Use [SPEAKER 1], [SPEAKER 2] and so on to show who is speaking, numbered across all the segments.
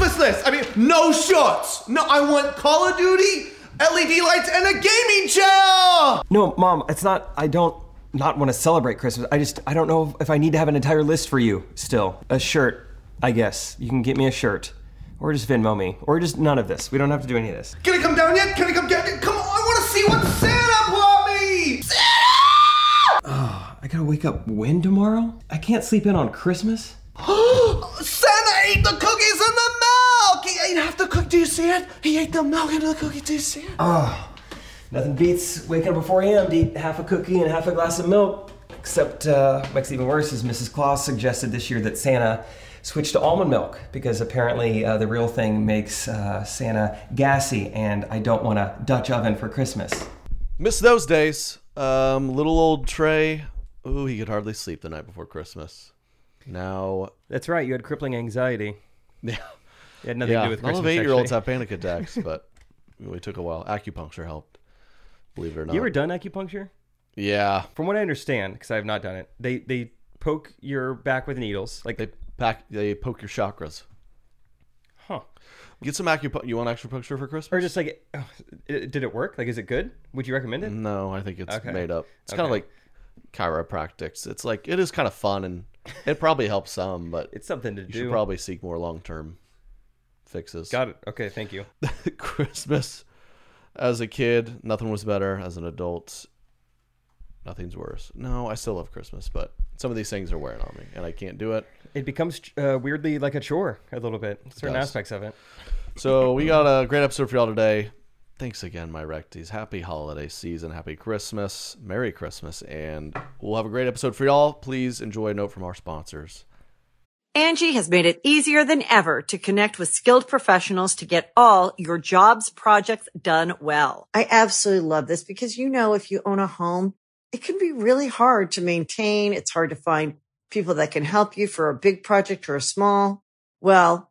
[SPEAKER 1] this list. I mean, no shots. No, I want Call of Duty, LED lights, and a gaming chair.
[SPEAKER 2] No, Mom, it's not. I don't not want to celebrate Christmas. I just I don't know if I need to have an entire list for you. Still, a shirt, I guess. You can get me a shirt, or just Venmo me, or just none of this. We don't have to do any of this.
[SPEAKER 1] Can it come down yet? Can it come down? Yet? Come on, I want to see what Santa brought me.
[SPEAKER 2] I gotta wake up when tomorrow? I can't sleep in on Christmas.
[SPEAKER 1] Santa ate the cookies and the milk. He ate half the cookie. Do you see it? He ate the milk and the cookie. Do you see it?
[SPEAKER 3] Uh,
[SPEAKER 2] Nothing beats waking up before him to eat half a cookie and half a glass of milk. Except uh, what's even worse is Mrs. Claus suggested this year that Santa switch to almond milk because apparently uh, the real thing makes uh, Santa gassy, and I don't want a Dutch oven for Christmas.
[SPEAKER 3] Miss those days. Um, little old Trey. Ooh, he could hardly sleep the night before Christmas. Now,
[SPEAKER 4] That's right. You had crippling anxiety.
[SPEAKER 3] yeah,
[SPEAKER 4] It had nothing to
[SPEAKER 3] yeah.
[SPEAKER 4] do with
[SPEAKER 3] A lot
[SPEAKER 4] Christmas.
[SPEAKER 3] of eight-year-olds
[SPEAKER 4] actually.
[SPEAKER 3] have panic attacks, but we took a while. Acupuncture helped, believe it or not.
[SPEAKER 4] You ever done acupuncture?
[SPEAKER 3] yeah,
[SPEAKER 4] From what I understand, because I have not done it, they they poke your back with needles. Like
[SPEAKER 3] they pack, they poke your chakras.
[SPEAKER 4] huh?
[SPEAKER 3] Get some acupuncture. You want acupuncture for Christmas?
[SPEAKER 4] Or just like, oh, it- did it work? Like, is it good? Would you recommend it?
[SPEAKER 3] No, I think it's
[SPEAKER 4] Okay.
[SPEAKER 3] made up. It's kind of
[SPEAKER 4] Okay.
[SPEAKER 3] like chiropractics. It's like it is kind of fun and it probably helps some, but
[SPEAKER 4] It's something to
[SPEAKER 3] you
[SPEAKER 4] do.
[SPEAKER 3] should probably seek more long-term fixes.
[SPEAKER 4] Got it. Okay, thank you.
[SPEAKER 3] Christmas as a kid, nothing was better. As an adult, nothing's worse. No, I still love Christmas, but some of these things are wearing on me, and I can't do it.
[SPEAKER 4] It becomes uh, weirdly like a chore a little bit. Certain
[SPEAKER 3] does.
[SPEAKER 4] aspects of it.
[SPEAKER 3] So we got a great episode for y'all today. Thanks again, my recties. Happy holiday season. Happy Christmas. Merry Christmas. And we'll have a great episode for y'all. Please enjoy a note from our sponsors.
[SPEAKER 5] Angie has made it easier than ever to connect with skilled professionals to get all your jobs projects done well. I absolutely love this because, you know, if you own a home, it can be really hard to maintain. It's hard to find people that can help you for a big project or a small. Well,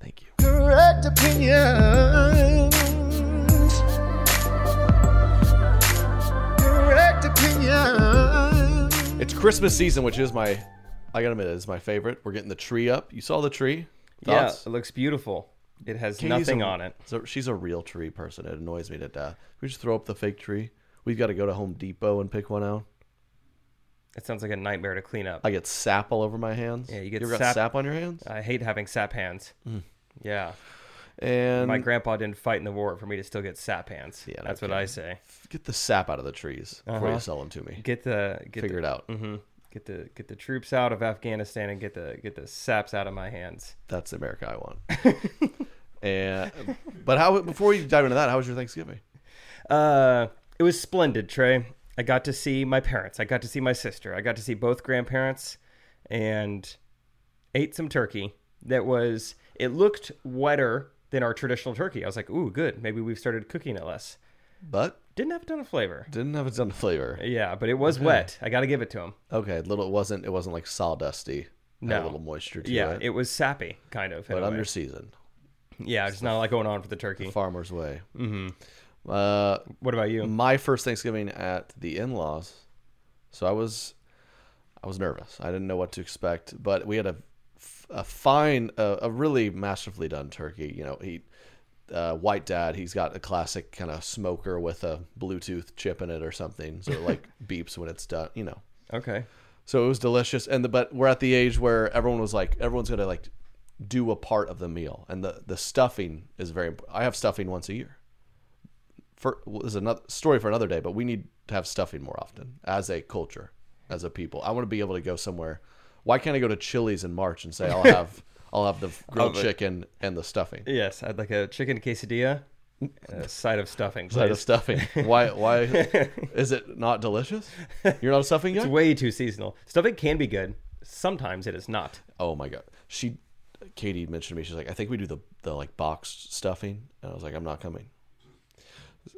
[SPEAKER 3] Thank you.
[SPEAKER 1] Correct opinions. Correct opinions.
[SPEAKER 3] It's Christmas season, which is my, I gotta admit, it's my favorite. We're getting the tree up. You saw the tree? Thoughts?
[SPEAKER 4] Yeah, it looks beautiful. It has
[SPEAKER 3] Katie's
[SPEAKER 4] nothing
[SPEAKER 3] a-
[SPEAKER 4] on it.
[SPEAKER 3] So she's a real tree person. It annoys me to death. We just throw up the fake tree. We've got to go to Home Depot and pick one out.
[SPEAKER 4] It sounds like a nightmare to clean up.
[SPEAKER 3] I get sap all over my hands.
[SPEAKER 4] Yeah, you get
[SPEAKER 3] you ever got
[SPEAKER 4] sap-
[SPEAKER 3] sap on your hands.
[SPEAKER 4] I hate having sap hands.
[SPEAKER 3] Mm.
[SPEAKER 4] Yeah.
[SPEAKER 3] And
[SPEAKER 4] My grandpa didn't fight in the war for me to still get sap hands.
[SPEAKER 3] Yeah, no
[SPEAKER 4] That's what I say.
[SPEAKER 3] get the sap out of the trees before you
[SPEAKER 4] Uh-huh.
[SPEAKER 3] sell them to me.
[SPEAKER 4] Get the get
[SPEAKER 3] Figure
[SPEAKER 4] the,
[SPEAKER 3] it out.
[SPEAKER 4] hmm Get the get the troops out of Afghanistan and get the get the saps out of my hands.
[SPEAKER 3] That's the America I want. and but how before you dive into that, how was your Thanksgiving?
[SPEAKER 4] Uh, it was splendid, Trey. I got to see my parents. I got to see my sister. I got to see both grandparents, and ate some turkey that was. It looked wetter than our traditional turkey. I was like, "Ooh, good. Maybe we've started cooking it less."
[SPEAKER 3] But
[SPEAKER 4] Didn't have a ton of flavor.
[SPEAKER 3] didn't have a ton of flavor.
[SPEAKER 4] Yeah, but it was wet. I got to give it to him.
[SPEAKER 3] Okay, little it wasn't it wasn't like sawdusty. Had
[SPEAKER 4] No.
[SPEAKER 3] a little moisture to
[SPEAKER 4] Yeah,
[SPEAKER 3] it.
[SPEAKER 4] it was sappy, kind of. in
[SPEAKER 3] but
[SPEAKER 4] a way.
[SPEAKER 3] under season.
[SPEAKER 4] yeah, there's not a lot going on for the turkey.
[SPEAKER 3] Farmer's way. Mm-hmm. Uh,
[SPEAKER 4] What about you?
[SPEAKER 3] my first Thanksgiving at the in-laws, so I was, I was nervous. I didn't know what to expect, but we had a, a fine, a, a really masterfully done turkey. You know, he, uh, white dad, he's got a classic kind of smoker with a Bluetooth chip in it or something, so it like beeps when it's done. You know,
[SPEAKER 4] Okay.
[SPEAKER 3] so it was delicious. And the but we're at the age where everyone was like, everyone's gonna like do a part of the meal, and the the stuffing is very. imp- I have stuffing once a year. For well, there's another story for another day, but we need to have stuffing more often as a culture, as a people. I want to be able to go somewhere. Why can't I go to Chili's in March and say I'll have I'll have the grilled chicken and the stuffing
[SPEAKER 4] Yes, I'd like a chicken quesadilla, a side of stuffing.
[SPEAKER 3] instead Mm. of
[SPEAKER 4] please.
[SPEAKER 3] stuffing? Why why is it not delicious? You're not a stuffing guy.
[SPEAKER 4] It's way too seasonal. Stuffing can be good. Sometimes it is not.
[SPEAKER 3] oh my god she katie mentioned to me she's like i think we do the the like boxed stuffing and i was like i'm not coming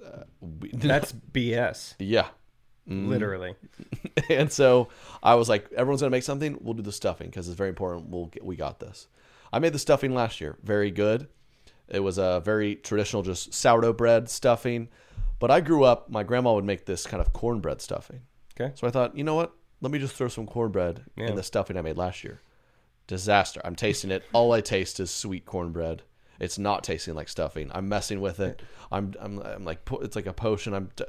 [SPEAKER 3] Uh, we-
[SPEAKER 4] That's BS.
[SPEAKER 3] yeah Mm.
[SPEAKER 4] Literally.
[SPEAKER 3] and so i was like everyone's gonna make something we'll do the stuffing because it's very important we'll get we got this i made the stuffing last year very good it was a very traditional just sourdough bread stuffing but i grew up my grandma would make this kind of cornbread stuffing
[SPEAKER 4] Okay.
[SPEAKER 3] so I thought, you know what? Let me just throw some cornbread
[SPEAKER 4] Yeah.
[SPEAKER 3] in the stuffing I made last year. Disaster. I'm tasting it. All I taste is sweet cornbread. It's not tasting like stuffing. I'm messing with it. I'm I'm, I'm like po- it's like a potion. I'm t-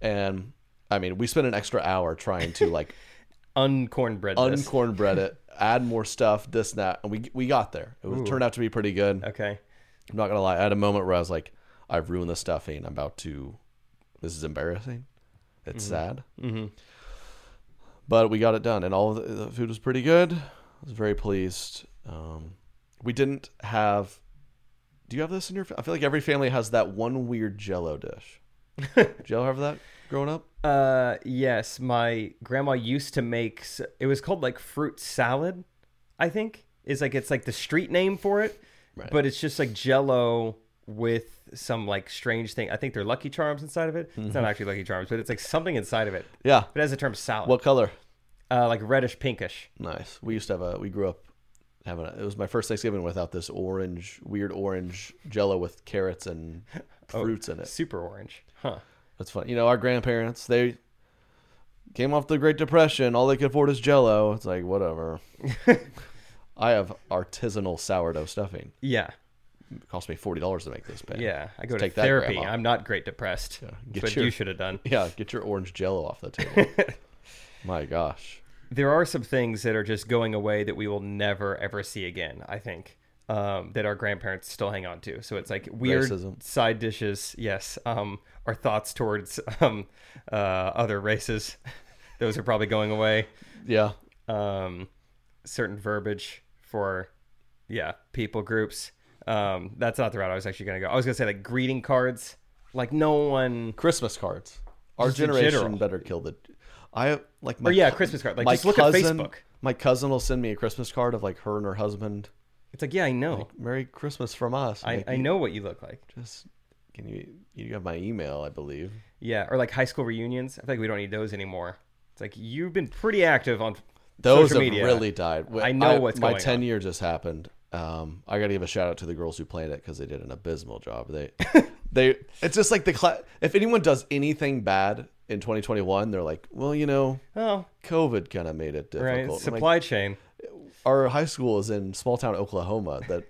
[SPEAKER 3] and I mean, we spent an extra hour trying to like
[SPEAKER 4] Uncornbread this.
[SPEAKER 3] uncornbread it, add more stuff, this and that, and we we got there. It was, turned out to be pretty good.
[SPEAKER 4] okay.
[SPEAKER 3] I'm not gonna lie. I had a moment where I was like, I've ruined the stuffing. I'm about to. This is embarrassing. It's sad. Mm-hmm. But we got it done, and all of the, the food was pretty good. I was very pleased. Um, we didn't have. Do you have this in your? fa- I feel like every family has that one weird Jello dish. Did y'all have that growing up?
[SPEAKER 4] Uh, yes, my grandma used to make. s- It was called like fruit salad. I think is like it's like the street name for it, but it's just like Jello with some like strange thing. I think they're Lucky Charms inside of it.
[SPEAKER 3] Mm-hmm.
[SPEAKER 4] It's not actually Lucky Charms, but it's like something inside of it.
[SPEAKER 3] Yeah.
[SPEAKER 4] It has the term salad,
[SPEAKER 3] What color?
[SPEAKER 4] uh, like reddish pinkish.
[SPEAKER 3] Nice. We used to have a. We grew up having. A, it was my first Thanksgiving without this orange, weird orange Jello with carrots and fruits in it.
[SPEAKER 4] Super orange, huh?
[SPEAKER 3] That's funny. You know, our grandparents, they came off the Great Depression. All they could afford is jello. It's like, whatever. I have artisanal sourdough stuffing.
[SPEAKER 4] Yeah,
[SPEAKER 3] It cost me $40 to make this pan.
[SPEAKER 4] yeah. I go to
[SPEAKER 3] Take that,
[SPEAKER 4] therapy.
[SPEAKER 3] Grandma.
[SPEAKER 4] I'm not great depressed,
[SPEAKER 3] Get
[SPEAKER 4] but
[SPEAKER 3] your-
[SPEAKER 4] you should have done.
[SPEAKER 3] Yeah, get your orange jello off the table. My gosh.
[SPEAKER 4] there are some things that are just going away that we will never ever see again. I think um, that our grandparents still hang on to. So it's like weird
[SPEAKER 3] Racism.
[SPEAKER 4] side dishes. Yes, um, our thoughts towards um, uh, other races. Those are probably going away.
[SPEAKER 3] Yeah.
[SPEAKER 4] Um, certain verbiage for yeah people groups. Um, that's not the route I was actually going to go. I was going to say like greeting cards. Like no one.
[SPEAKER 3] Christmas cards. Our
[SPEAKER 4] in
[SPEAKER 3] generation
[SPEAKER 4] general.
[SPEAKER 3] better kill the. I like my
[SPEAKER 4] Or yeah,
[SPEAKER 3] cou-
[SPEAKER 4] Christmas card. Like,
[SPEAKER 3] my
[SPEAKER 4] just look at
[SPEAKER 3] cousin,
[SPEAKER 4] Facebook.
[SPEAKER 3] My cousin will send me a Christmas card of like her and her husband.
[SPEAKER 4] It's like yeah, I know.
[SPEAKER 3] Merry Christmas from us.
[SPEAKER 4] I,
[SPEAKER 3] Like,
[SPEAKER 4] I
[SPEAKER 3] you
[SPEAKER 4] know what you look like.
[SPEAKER 3] Just can you you have my email? I believe.
[SPEAKER 4] Yeah, or like high school reunions. I feel like we don't need those anymore. It's like you've been pretty active on
[SPEAKER 3] Those
[SPEAKER 4] social
[SPEAKER 3] have
[SPEAKER 4] media.
[SPEAKER 3] really died. Wh-
[SPEAKER 4] I know what's
[SPEAKER 3] my
[SPEAKER 4] going
[SPEAKER 3] ten
[SPEAKER 4] on.
[SPEAKER 3] year just happened. Um, I got to give a shout out to the girls who played it because they did an abysmal job. They, they. It's just like the cla- if anyone does anything bad in 2021, they're like, well, you know,
[SPEAKER 4] Oh,
[SPEAKER 3] COVID kind of made it difficult.
[SPEAKER 4] right.
[SPEAKER 3] I'm like,
[SPEAKER 4] Supply chain.
[SPEAKER 3] our high school is in small town Oklahoma that.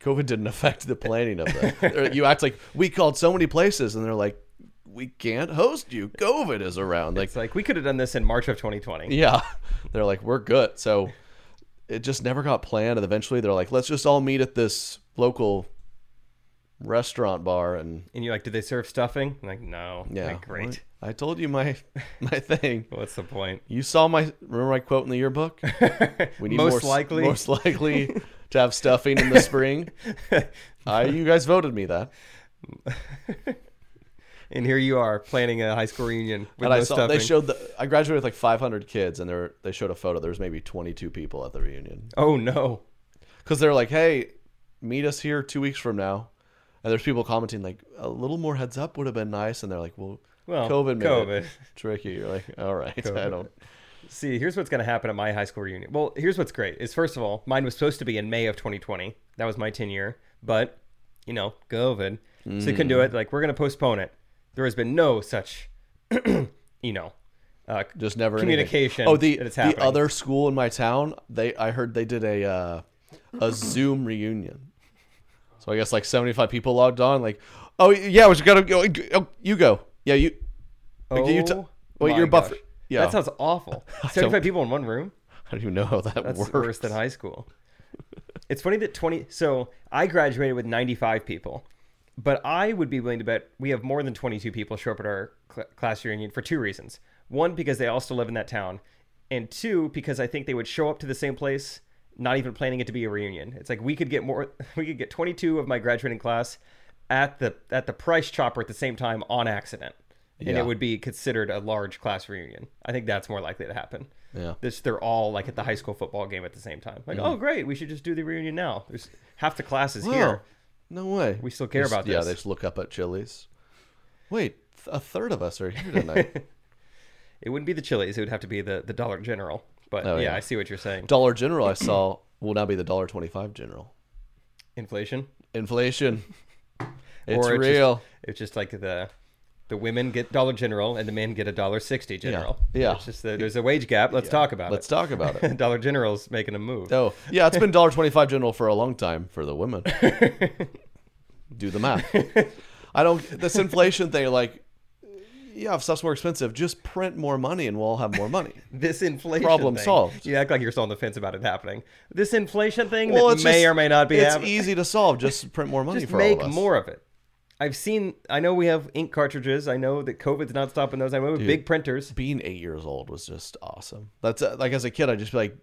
[SPEAKER 3] COVID didn't affect the planning of that. you act like we called so many places, and they're like, "We can't host you. COVID is around." Like,
[SPEAKER 4] It's like we could have done this in March of 2020.
[SPEAKER 3] Yeah. They're like, we're good. So it just never got planned. And eventually they're like, let's just all meet at this local restaurant bar. And
[SPEAKER 4] And you're like, did they serve stuffing? I'm like, no. I'm
[SPEAKER 3] yeah,
[SPEAKER 4] like, great.
[SPEAKER 3] I told you my, my thing.
[SPEAKER 4] What's the point?
[SPEAKER 3] You saw my, remember my quote in the yearbook? We need
[SPEAKER 4] Most
[SPEAKER 3] more, s-
[SPEAKER 4] likely.
[SPEAKER 3] most likely to have stuffing in the spring. I, you guys voted me that.
[SPEAKER 4] And here you are planning a high school reunion with no
[SPEAKER 3] And I saw,
[SPEAKER 4] stuffing.
[SPEAKER 3] they showed the, I graduated with like 500 kids and there, were- they showed a photo. There was maybe 22 people at the reunion.
[SPEAKER 4] oh no.
[SPEAKER 3] because they're like, "Hey, meet us here two weeks from now," and there's people commenting like, "A little more heads up would have been nice," and they're like, "Well,
[SPEAKER 4] Well,
[SPEAKER 3] COVID made
[SPEAKER 4] COVID.
[SPEAKER 3] it tricky." You're like, "All right, I don't."
[SPEAKER 4] See, here's what's going to happen at my high school reunion. Well, here's what's great is first of all, mine was supposed to be in May of 2020.
[SPEAKER 3] Mm.
[SPEAKER 4] That was my 10 year, but you know, COVID, so they couldn't do it. Like, we're going to postpone it. there has been no such, you know, uh,
[SPEAKER 3] Just never anything.
[SPEAKER 4] communication.
[SPEAKER 3] Oh, the
[SPEAKER 4] that it's
[SPEAKER 3] the
[SPEAKER 4] happening.
[SPEAKER 3] other school in my town. They I heard they did a uh, a Zoom reunion. So I guess like seventy five people logged on. Like, oh yeah, we just gotta go. Oh, you go. Yeah, you.
[SPEAKER 4] Oh,
[SPEAKER 3] you t- well,
[SPEAKER 4] my
[SPEAKER 3] you're buffer-
[SPEAKER 4] gosh.
[SPEAKER 3] yeah.
[SPEAKER 4] that sounds awful. Seventy-five people in one room.
[SPEAKER 3] I don't even know how that
[SPEAKER 4] That's
[SPEAKER 3] works.
[SPEAKER 4] worse than high school. It's funny that 20 so I graduated with 95 people. But I would be willing to bet we have more than 22 people show up at our cl- class reunion for two reasons. One because they all still live in that town, and two because I think they would show up to the same place not even planning it to be a reunion. It's like we could get more we could get 22 of my graduating class at the at the price chopper at the same time on accident. And
[SPEAKER 3] Yeah.
[SPEAKER 4] it would be considered a large class reunion. I think that's more likely to happen
[SPEAKER 3] Yeah. Mm.
[SPEAKER 4] this they're all like at the high school football game at the same time. Like, oh great, we should just do the reunion now. There's half the classes
[SPEAKER 3] Wow.
[SPEAKER 4] here.
[SPEAKER 3] No way.
[SPEAKER 4] We still care
[SPEAKER 3] Just-
[SPEAKER 4] about
[SPEAKER 3] Yeah,
[SPEAKER 4] this.
[SPEAKER 3] they just look up at Chili's. Wait, th- a third of us are here tonight.
[SPEAKER 4] It wouldn't be the Chili's, it would have to be the, the Dollar General. But
[SPEAKER 3] Oh,
[SPEAKER 4] yeah,
[SPEAKER 3] yeah.
[SPEAKER 4] I see what you're saying.
[SPEAKER 3] Dollar General I saw will now be the Dollar Twenty Five General.
[SPEAKER 4] Inflation.
[SPEAKER 3] Inflation. It's
[SPEAKER 4] Or it just-
[SPEAKER 3] real.
[SPEAKER 4] It's just like the the women get Dollar General and the men get a dollar sixty general.
[SPEAKER 3] Yeah.
[SPEAKER 4] It's just the, there's a wage gap. Let's talk about
[SPEAKER 3] Let's
[SPEAKER 4] it.
[SPEAKER 3] talk about it.
[SPEAKER 4] dollar General's making a move.
[SPEAKER 3] Oh, yeah, it's been dollar twenty five general for a long time for the women. Do the math. I don't this inflation thing, like yeah, if stuff's more expensive, just print more money and we'll all have more money.
[SPEAKER 4] This inflation
[SPEAKER 3] Problem
[SPEAKER 4] thing.
[SPEAKER 3] solved.
[SPEAKER 4] You act like you're still on the fence about it happening. This inflation thing
[SPEAKER 3] Well,
[SPEAKER 4] that
[SPEAKER 3] it's
[SPEAKER 4] may
[SPEAKER 3] just-
[SPEAKER 4] or may not be
[SPEAKER 3] It's
[SPEAKER 4] happening.
[SPEAKER 3] easy to solve. Just print more money
[SPEAKER 4] just
[SPEAKER 3] for
[SPEAKER 4] make
[SPEAKER 3] all of us.
[SPEAKER 4] more of it. I've seen. I know we have ink cartridges. I know that COVID's not stopping those. I know we have big printers.
[SPEAKER 3] Being eight years old was just awesome. That's uh, like as a kid, I'd just be like,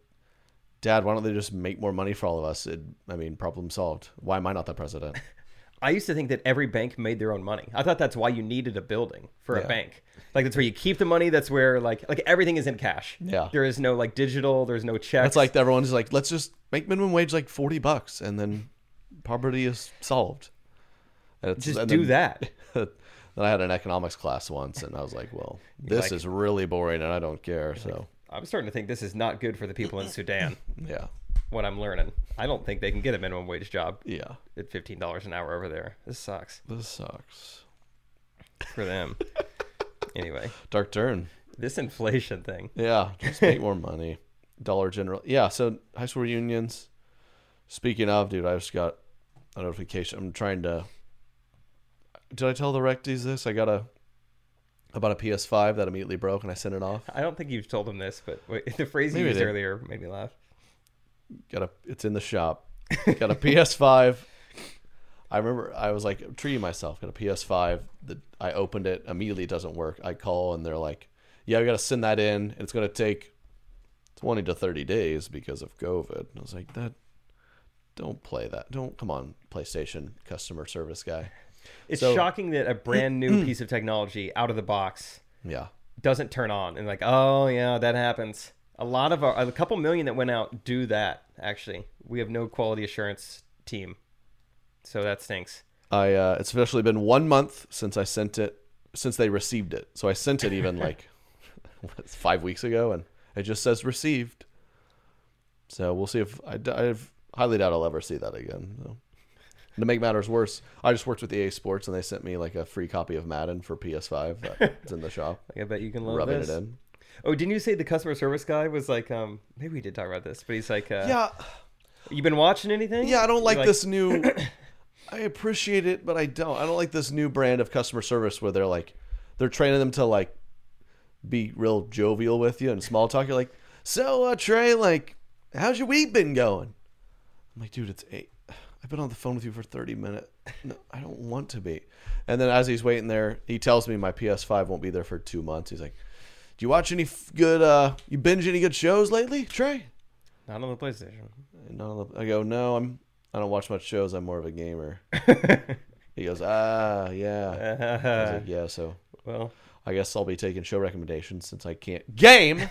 [SPEAKER 3] Dad, why don't they just make more money for all of us? It, I mean, problem solved. Why am I not the president?
[SPEAKER 4] I used to think that every bank made their own money. I thought that's why you needed a building for a bank. Like that's where you keep the money. That's where like like everything is in cash.
[SPEAKER 3] Yeah.
[SPEAKER 4] There is no like digital. There's no checks.
[SPEAKER 3] That's like everyone's like, let's just make minimum wage like forty bucks, and then poverty is solved. And it's-
[SPEAKER 4] just
[SPEAKER 3] and
[SPEAKER 4] do
[SPEAKER 3] then-
[SPEAKER 4] that.
[SPEAKER 3] Then I had an economics class once, and I was like, well, this
[SPEAKER 4] like-
[SPEAKER 3] is really boring, and I don't care. So
[SPEAKER 4] I'm starting to think this is not good for the people in Sudan.
[SPEAKER 3] yeah,
[SPEAKER 4] What I'm learning, I don't think they can get a minimum wage job
[SPEAKER 3] yeah,
[SPEAKER 4] at fifteen dollars an hour over there. This sucks
[SPEAKER 3] this sucks.
[SPEAKER 4] for them. anyway,
[SPEAKER 3] Dark turn.
[SPEAKER 4] this inflation thing.
[SPEAKER 3] Yeah, just make more money. Dollar General. Yeah, so high school reunions. Speaking of, dude, I just got a notification. I'm trying to. Did I tell the recties this? I got a about a PS5 that immediately broke, and I sent it off.
[SPEAKER 4] I don't think you've told them this, but wait, the phrase you
[SPEAKER 3] Maybe I
[SPEAKER 4] used
[SPEAKER 3] did.
[SPEAKER 4] earlier made me laugh.
[SPEAKER 3] got a it's in the shop got a ps5 i remember i was like treating myself got a ps5 that i opened it immediately it doesn't work i call and they're like yeah we gotta send that in and it's gonna take 20 to 30 days because of covid and i was like that don't play that don't come on playstation customer service guy
[SPEAKER 4] It's
[SPEAKER 3] So-
[SPEAKER 4] shocking that a brand new piece of technology out of the box
[SPEAKER 3] yeah
[SPEAKER 4] doesn't turn on and like, oh yeah, that happens. A lot of our, a couple million that went out do that. Actually, we have no quality assurance team, so that stinks.
[SPEAKER 3] I uh, it's officially been one month since I sent it, since they received it. So I sent it even like what, five weeks ago, and it just says received. So we'll see if I, d- I've highly doubt I'll ever see that again. So. And To make matters worse, I just worked with EA Sports, and they sent me like a free copy of Madden for PS5 that's in the shop.
[SPEAKER 4] Like, I bet you can love
[SPEAKER 3] rubbing
[SPEAKER 4] this.
[SPEAKER 3] it in.
[SPEAKER 4] Oh, didn't you say the customer service guy was like, um, maybe we did talk about this, but he's like, uh,
[SPEAKER 3] Yeah,
[SPEAKER 4] you been watching anything?
[SPEAKER 3] yeah. I don't
[SPEAKER 4] You're
[SPEAKER 3] like this new. I appreciate it, but I don't. I don't like this new brand of customer service where they're like, they're training them to like be real jovial with you and small talk. You're like, so uh, Trey, like, how's your week been going? I'm like, dude, it's eight. I've been on the phone with you for 30 minutes. No, I don't want to be. And then as he's waiting there, he tells me my PS5 won't be there for two months. He's like, do you watch any f- good? uh You binge any good shows lately, Trey?
[SPEAKER 4] Not on the PlayStation.
[SPEAKER 3] And none of the- I go, no, I'm. I don't watch much shows. I'm more of a gamer. he goes, ah, yeah. I was like, yeah. So
[SPEAKER 4] Well,
[SPEAKER 3] I guess I'll be taking show recommendations since I can't game.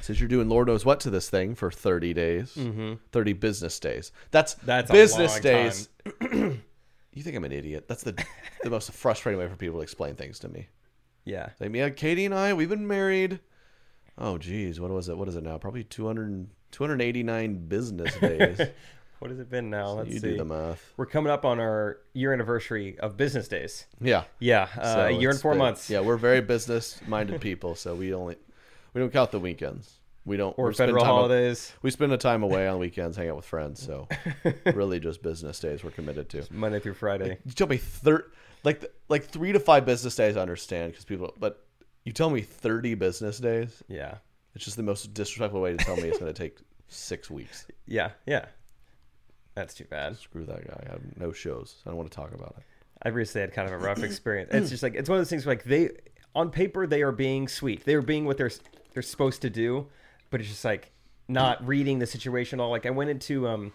[SPEAKER 3] since you're doing Lord knows what to this thing for 30 days, mm-hmm. 30 business days. That's
[SPEAKER 4] That's a
[SPEAKER 3] business
[SPEAKER 4] long
[SPEAKER 3] days. you think I'm an idiot? That's the the most frustrating way for people to explain things to me.
[SPEAKER 4] yeah.
[SPEAKER 3] Like, yeah, Katie and I, we've been married. Oh, geez, what was it? What is it now? Probably 200, 289 business days.
[SPEAKER 4] What has it been now? Let's
[SPEAKER 3] you
[SPEAKER 4] see.
[SPEAKER 3] do the math.
[SPEAKER 4] We're coming up on our year anniversary of business days.
[SPEAKER 3] Yeah.
[SPEAKER 4] Yeah, uh,
[SPEAKER 3] So
[SPEAKER 4] a year and
[SPEAKER 3] it's
[SPEAKER 4] four
[SPEAKER 3] been-
[SPEAKER 4] months.
[SPEAKER 3] Yeah, we're very business minded people, so we only we don't count the weekends. We don't
[SPEAKER 4] Or
[SPEAKER 3] we spend
[SPEAKER 4] federal
[SPEAKER 3] time-
[SPEAKER 4] holidays,
[SPEAKER 3] we spend a time away on weekends, hang out with friends. So really, just business days we're committed to.
[SPEAKER 4] Monday through Friday.
[SPEAKER 3] You tell me thir- like like three to five business days. I understand because people, but you tell me thirty business days.
[SPEAKER 4] Yeah.
[SPEAKER 3] It's just the most disrespectful way to tell me it's going to take six weeks.
[SPEAKER 4] Yeah. Yeah. That's too bad.
[SPEAKER 3] Screw that guy. I have no shows. I don't want to talk about it.
[SPEAKER 4] I recently had kind of a rough experience. It's just like it's one of those things where like they on paper they are being sweet. They are being what they're they're supposed to do, but it's just like not reading the situation at all. Like I went into um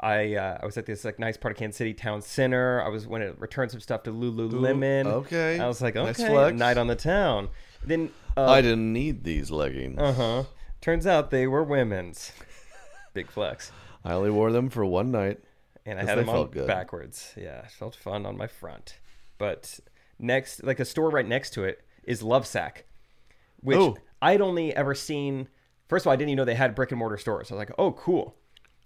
[SPEAKER 4] I uh, I was at this like nice part of Kansas City town center. I was went to return some stuff to Lululemon.
[SPEAKER 3] okay.
[SPEAKER 4] I was like,
[SPEAKER 3] Nice
[SPEAKER 4] okay,
[SPEAKER 3] flex.
[SPEAKER 4] night on the town. Then
[SPEAKER 3] I
[SPEAKER 4] uh Uh-huh.
[SPEAKER 3] didn't need these leggings.
[SPEAKER 4] huh. Turns out they were women's. Big flex.
[SPEAKER 3] I only wore them for one night.
[SPEAKER 4] and I
[SPEAKER 3] 'Cause
[SPEAKER 4] had
[SPEAKER 3] they
[SPEAKER 4] them on
[SPEAKER 3] felt good.
[SPEAKER 4] backwards. Yeah, it felt fun on my front. But next, like a store right next to it is Lovesack, which
[SPEAKER 3] Ooh.
[SPEAKER 4] I'd only ever seen. First of all, I didn't even know they had brick and mortar stores. I was like, oh, cool.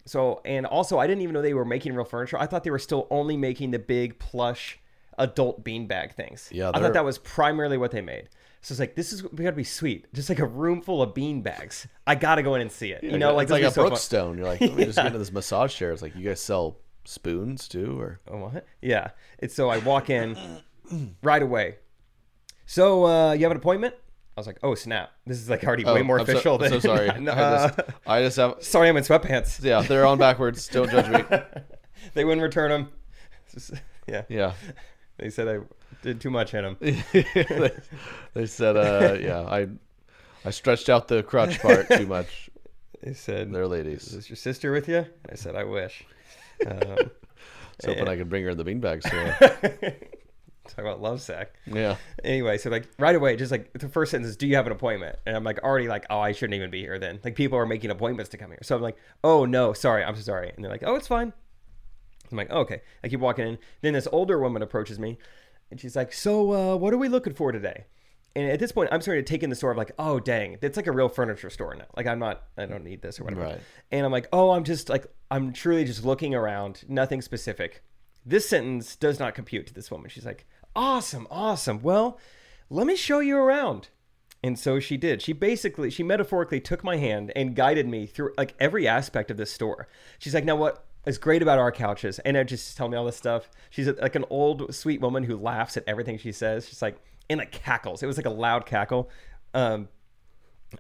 [SPEAKER 4] So, and also, I didn't even know they were making real furniture. I thought they were still only making the big plush adult beanbag things.
[SPEAKER 3] Yeah,
[SPEAKER 4] I
[SPEAKER 3] they're-
[SPEAKER 4] thought that was primarily what they made. So it's like this is we gotta be sweet, just like a room full of beanbags. I gotta go in and see it. You know, like
[SPEAKER 3] it's like a
[SPEAKER 4] this would be so fun.
[SPEAKER 3] Brookstone. You're like, let me just get into this massage chair. It's like, you guys sell spoons too, or
[SPEAKER 4] Oh, what? Yeah. It's so I walk in right away. So uh, you have an appointment? I was like, oh snap! This is like already way more
[SPEAKER 3] Oh, I'm so-
[SPEAKER 4] official.
[SPEAKER 3] I'm
[SPEAKER 4] than
[SPEAKER 3] so sorry. I,
[SPEAKER 4] Uh,
[SPEAKER 3] just, I just have.
[SPEAKER 4] sorry, I'm in sweatpants.
[SPEAKER 3] Yeah, they're on backwards. Don't judge me.
[SPEAKER 4] They wouldn't return them. yeah.
[SPEAKER 3] Yeah,
[SPEAKER 4] They said I did too much in them.
[SPEAKER 3] they, they said, uh, yeah, I, I stretched out the crotch part too much.
[SPEAKER 4] They said,
[SPEAKER 3] They're
[SPEAKER 4] "Is
[SPEAKER 3] ladies.
[SPEAKER 4] your sister with you?" And I said, "I wish."
[SPEAKER 3] I was hoping I could bring her in the beanbag store.
[SPEAKER 4] Talk about love sack.
[SPEAKER 3] Yeah,
[SPEAKER 4] Anyway, so like right away, just like the first sentence is, "Do you have an appointment?" And I'm like already like, "Oh, I shouldn't even be here." Then like people are making appointments to come here, so I'm like, "Oh no, sorry, I'm sorry." And they're like, "Oh, it's fine." I'm like, oh, "Okay." I keep walking in. Then this older woman approaches me, and she's like, "So, uh, what are we looking for today?" And at this point, I'm starting to take in the store. I'm like, "Oh, dang, it's like a real furniture store now. Like I'm not, I don't need this or whatever."
[SPEAKER 3] Right.
[SPEAKER 4] And I'm like, "Oh, I'm just like, I'm truly just looking around, nothing specific." This sentence does not compute to this woman. She's like, "Awesome, awesome. Well, let me show you around." And so she did. She basically, she metaphorically took my hand and guided me through like every aspect of this store. She's like, now what is great about our couches? And I just tell me all this stuff. She's like an old sweet woman who laughs at everything she says. She's like, and like cackles. It was like a loud cackle. Um,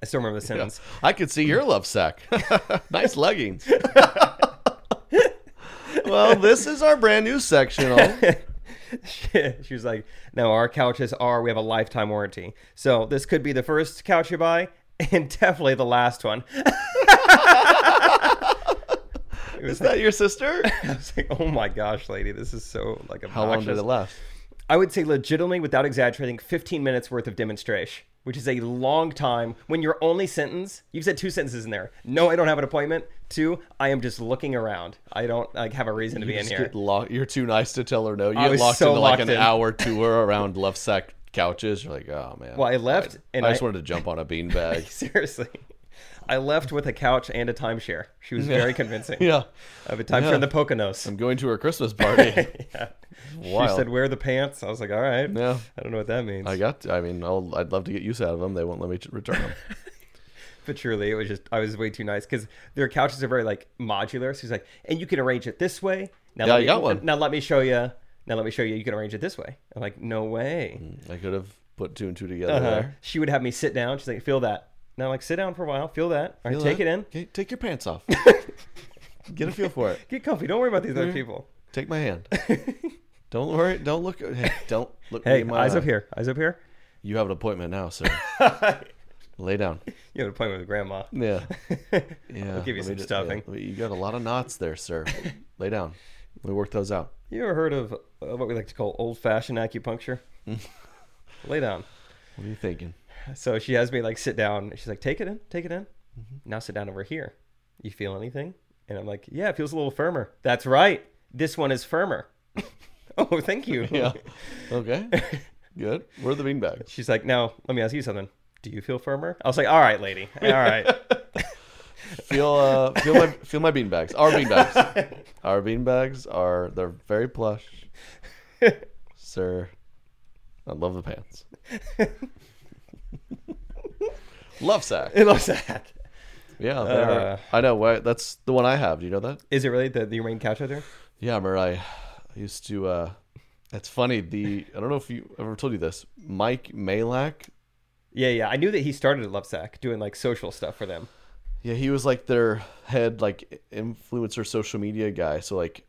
[SPEAKER 4] I still remember the sentence.
[SPEAKER 3] I could see your love sack. nice leggings. well, this is our brand new sectional.
[SPEAKER 4] she was like, no, our couches are, we have a lifetime warranty. So this could be the first couch you buy and definitely the last one.
[SPEAKER 3] Is that your sister?
[SPEAKER 4] I was like, oh my gosh, lady, this is so like
[SPEAKER 3] How long did
[SPEAKER 4] obnoxious."
[SPEAKER 3] it last?
[SPEAKER 4] I would say legitimately, without exaggerating, 15 minutes worth of demonstration, which is a long time when your only sentence, you've said two sentences in there. No, I don't have an appointment. Two, I am just looking around. I don't like have a reason to be in
[SPEAKER 3] just
[SPEAKER 4] here.
[SPEAKER 3] get lock- You're too nice to tell her no. You
[SPEAKER 4] I
[SPEAKER 3] get
[SPEAKER 4] was
[SPEAKER 3] locked
[SPEAKER 4] so
[SPEAKER 3] into like
[SPEAKER 4] locked
[SPEAKER 3] an
[SPEAKER 4] in.
[SPEAKER 3] hour tour around left sack couches. You're like, oh man.
[SPEAKER 4] Well, I left and
[SPEAKER 3] I just
[SPEAKER 4] I-
[SPEAKER 3] wanted to jump on a beanbag.
[SPEAKER 4] Seriously. I left with a couch and a timeshare. She was very convincing.
[SPEAKER 3] yeah,
[SPEAKER 4] Of a timeshare in the Poconos.
[SPEAKER 3] I'm going to her Christmas party. Wild.
[SPEAKER 4] She said, wear the pants. I was like, all right.
[SPEAKER 3] Yeah.
[SPEAKER 4] I don't know what that means.
[SPEAKER 3] I got. I mean, I'll, I'd love to get use out of them. They won't let me t- return them.
[SPEAKER 4] But truly, it was just I was way too nice because their couches are very like modular. So he's like, and you can arrange it this way. Now
[SPEAKER 3] Yeah,
[SPEAKER 4] let
[SPEAKER 3] I
[SPEAKER 4] me,
[SPEAKER 3] got one.
[SPEAKER 4] Now let me show you. Now let me show you. You can arrange it this way. I'm like, no way.
[SPEAKER 3] I could have put two and two together
[SPEAKER 4] Uh,
[SPEAKER 3] Mm. there.
[SPEAKER 4] she would have me sit down. She's like, feel that. Now like, sit down for a while. Feel that. All right, take it in.
[SPEAKER 3] Okay, take your pants off. get a feel for it.
[SPEAKER 4] Get comfy. Don't worry about these
[SPEAKER 3] Mm-hmm.
[SPEAKER 4] other people.
[SPEAKER 3] Take my hand. Don't worry. Don't look. Hey, don't look. me
[SPEAKER 4] Hey,
[SPEAKER 3] in my
[SPEAKER 4] eyes
[SPEAKER 3] eye.
[SPEAKER 4] up here. Eyes up here.
[SPEAKER 3] You have an appointment now, sir. Lay down.
[SPEAKER 4] You have an appointment with grandma.
[SPEAKER 3] Yeah. Yeah.
[SPEAKER 4] give you
[SPEAKER 3] let me
[SPEAKER 4] some
[SPEAKER 3] ju-
[SPEAKER 4] stuffing.
[SPEAKER 3] let me- you got a lot of knots there, sir. Lay down. Let me work those out.
[SPEAKER 4] You ever heard of uh, what we like to call old-fashioned acupuncture?
[SPEAKER 3] Mm.
[SPEAKER 4] Lay down.
[SPEAKER 3] What are you thinking?
[SPEAKER 4] So she has me like sit down. She's like, take it in, take it in.
[SPEAKER 3] Mm-hmm.
[SPEAKER 4] Now sit down over here. You feel anything? And I'm like, yeah, it feels a little firmer. That's right. This one is firmer. oh, thank you.
[SPEAKER 3] Yeah. Okay. Good. Where are the beanbags?
[SPEAKER 4] She's like, now let me ask you something. Do you feel firmer? I was like, all right, lady. All right.
[SPEAKER 3] Feel uh, feel my feel my beanbags. Our beanbags. Our beanbags are they're very plush, sir. I love the pants. love sack.
[SPEAKER 4] It looks sad.
[SPEAKER 3] Yeah, they are.
[SPEAKER 4] Uh.
[SPEAKER 3] I know. why- That's the one I have. Do you know that?
[SPEAKER 4] Is it really the, the main couch out there?
[SPEAKER 3] Yeah, I remember I I used to. uh That's funny. The I don't know if you ever told you this. Mike Malak.
[SPEAKER 4] Yeah, yeah. I knew that he started at Lovesack doing like social stuff for them.
[SPEAKER 3] Yeah, he was like their head like influencer social media guy. So like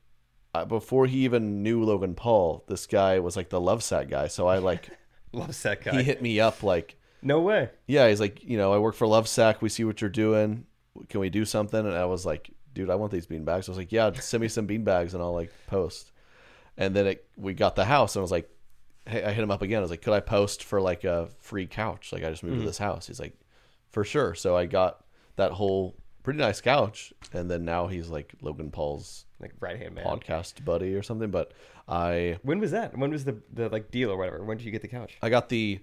[SPEAKER 3] uh, before he even knew Logan Paul, this guy was like the love sack guy. So I like
[SPEAKER 4] Lovesack guy.
[SPEAKER 3] he hit me up like
[SPEAKER 4] No way.
[SPEAKER 3] yeah, he's like, you know, I work for Love Sack. We see what you're doing. Can we do something? And I was like, dude, I want these bean bags. I was like, yeah, just send me some bean bags and I'll like post. And then it, we got the house and I was like, hey, I hit him up again. I was like, could I post for like a free couch? Like I just moved to this house. He's like, for sure. So I got that whole pretty nice couch. And then now he's like Logan Paul's
[SPEAKER 4] Like right hand man.
[SPEAKER 3] podcast buddy or something. But I
[SPEAKER 4] When was that? When was the, the like deal or whatever? When did you get the couch?
[SPEAKER 3] I got the,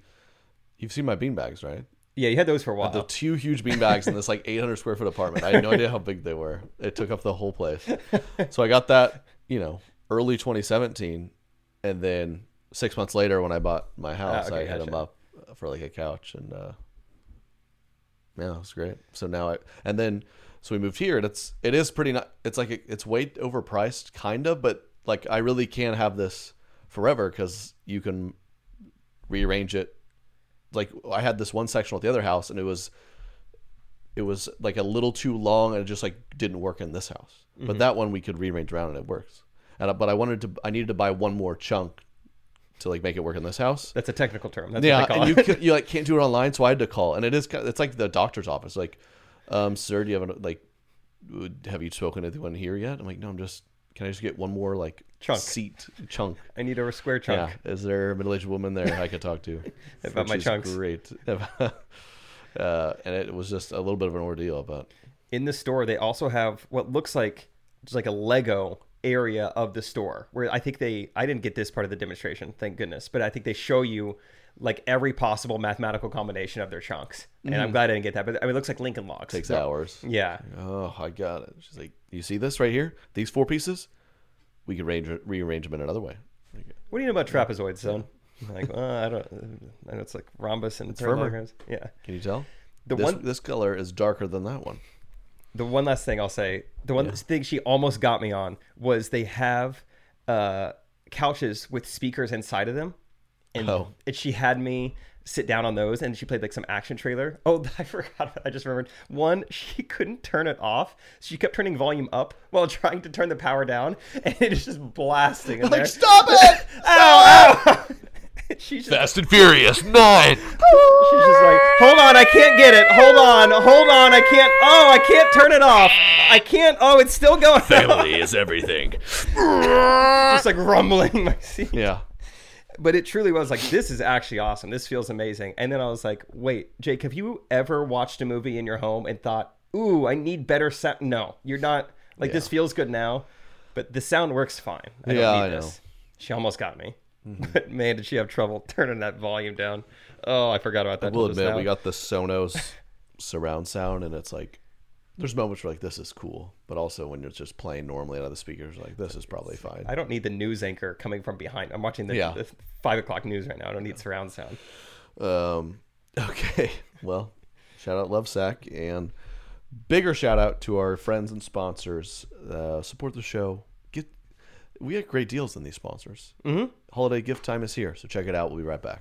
[SPEAKER 3] you've seen my bean bags, right?
[SPEAKER 4] Yeah, you had those for a while.
[SPEAKER 3] the two huge beanbags in this like 800 square foot apartment. I had no idea how big they were. It took up the whole place. So I got that, you know, early 2017, and then six months later when I bought my house,
[SPEAKER 4] Ah, okay,
[SPEAKER 3] I had them
[SPEAKER 4] gotcha.
[SPEAKER 3] up for like a couch, and uh, yeah, it was great. So now I and then so we moved here, and it's it is pretty not. It's like it's way overpriced, kind of, but like I really can have this forever because you can rearrange it like I had this one section at the other house, and it was it was like a little too long, and it just like didn't work in this house. But that one we could rearrange around, and it works. And I- but I wanted to, I needed to buy one more chunk to like make it work in this house.
[SPEAKER 4] That's a technical term. That's
[SPEAKER 3] yeah,
[SPEAKER 4] what they call
[SPEAKER 3] and you
[SPEAKER 4] it.
[SPEAKER 3] can, you like can't do it online, so I had to call, and it is kind- it's like the doctor's office. Like, um, sir, do you have an, like would- have you spoken to anyone here yet? I'm like, no, I'm just. Can I just get one more like
[SPEAKER 4] Chunk.
[SPEAKER 3] seat chunk?
[SPEAKER 4] I need a square chunk.
[SPEAKER 3] Yeah. Is there a middle aged woman there I could talk to?
[SPEAKER 4] About
[SPEAKER 3] Which
[SPEAKER 4] my
[SPEAKER 3] is
[SPEAKER 4] chunks.
[SPEAKER 3] Great. uh, and it was just a little bit of an ordeal, but
[SPEAKER 4] in the store they also have what looks like just like a lego area of the store where i think they i didn't get this part of the demonstration thank goodness but i think they show you like every possible mathematical combination of their chunks and i'm glad i didn't get that but I mean, it looks like lincoln logs
[SPEAKER 3] Mm-hmm. takes hours.
[SPEAKER 4] yeah
[SPEAKER 3] Oh, I got it. She's like, you see this right here? These four pieces? We could range, rearrange them in another way.
[SPEAKER 4] what do you know about trapezoids son I'm like well, i don't i know it's like rhombus and
[SPEAKER 3] firmer.
[SPEAKER 4] parallelograms yeah
[SPEAKER 3] Can you tell?
[SPEAKER 4] The
[SPEAKER 3] this,
[SPEAKER 4] one-
[SPEAKER 3] this color is darker than that one.
[SPEAKER 4] the one last thing I'll say, the one thing she almost got me on was they have uh, couches with speakers inside of them, and,
[SPEAKER 3] Oh.
[SPEAKER 4] and she had me sit down on those, and she played like some action trailer. Oh, I forgot. I just remembered one. She couldn't turn it off. She kept turning volume up while trying to turn the power down, and it is just blasting. In there.
[SPEAKER 3] Like, stop it!
[SPEAKER 4] Ow! Ow! She's just,
[SPEAKER 3] Fast and Furious 9!
[SPEAKER 4] she's just like, hold on, I can't get it. Hold on, hold on, I can't. Oh, I can't turn it off. I can't. Oh, it's still going.
[SPEAKER 3] is everything.
[SPEAKER 4] just like rumbling in my seat.
[SPEAKER 3] Yeah.
[SPEAKER 4] But it truly was like, this is actually awesome. This feels amazing. And then I was like, wait, Jake, have you ever watched a movie in your home and thought, ooh, I need better sound? No, you're not. Like, this feels good now, but the sound works fine. I don't
[SPEAKER 3] Yeah,
[SPEAKER 4] need
[SPEAKER 3] I Mm-hmm.
[SPEAKER 4] this. She almost got me. But man, did she have trouble turning that volume down? Oh, I forgot about that.
[SPEAKER 3] We'll
[SPEAKER 4] till just
[SPEAKER 3] admit
[SPEAKER 4] now.
[SPEAKER 3] we got the Sonos surround sound, and it's like there's moments where like this is cool, but also when it's just playing normally out of the speakers, like this is probably fine.
[SPEAKER 4] I don't need the news anchor coming from behind. I'm watching the,
[SPEAKER 3] Yeah.
[SPEAKER 4] the five o'clock news right now. I don't need surround sound.
[SPEAKER 3] Um, okay, well, shout out Lovesack and bigger shout out to our friends and sponsors. Uh, support the show. Get we get great deals on these sponsors. Mm-hmm. Holiday gift time is here, so check it out. We'll be right back.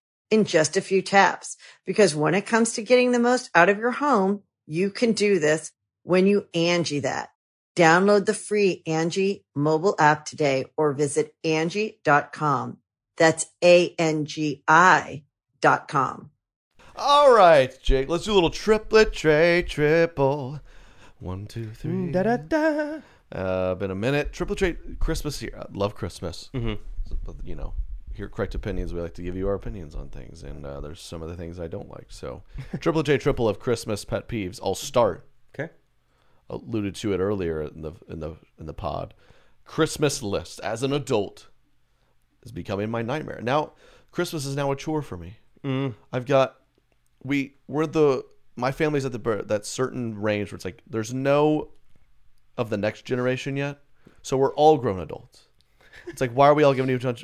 [SPEAKER 5] in just a few taps. Because when it comes to getting the most out of your home, you can do this when you Angie that. Download the free Angie mobile app today or visit Angie.com. That's A-N-G-I dot com.
[SPEAKER 3] All right, Jake. Let's do a little triplet tray triple. One, two, three.
[SPEAKER 4] Da da da.
[SPEAKER 3] Uh, been a minute. Triple tray Christmas here. I love Christmas. Mm-hmm. But you know, here at correct opinions. We like to give you our opinions on things, and uh, there's some of the things I don't like. So, triple J triple of Christmas pet peeves. I'll start.
[SPEAKER 4] Okay.
[SPEAKER 3] Alluded to it earlier in the in the in the pod. Christmas list as an adult is becoming my nightmare. Now, Christmas is now a chore for me. I've got we we're the my family's at the bir- that certain range where it's like there's no of the next generation yet, so we're all grown adults. It's like why are we all giving each other,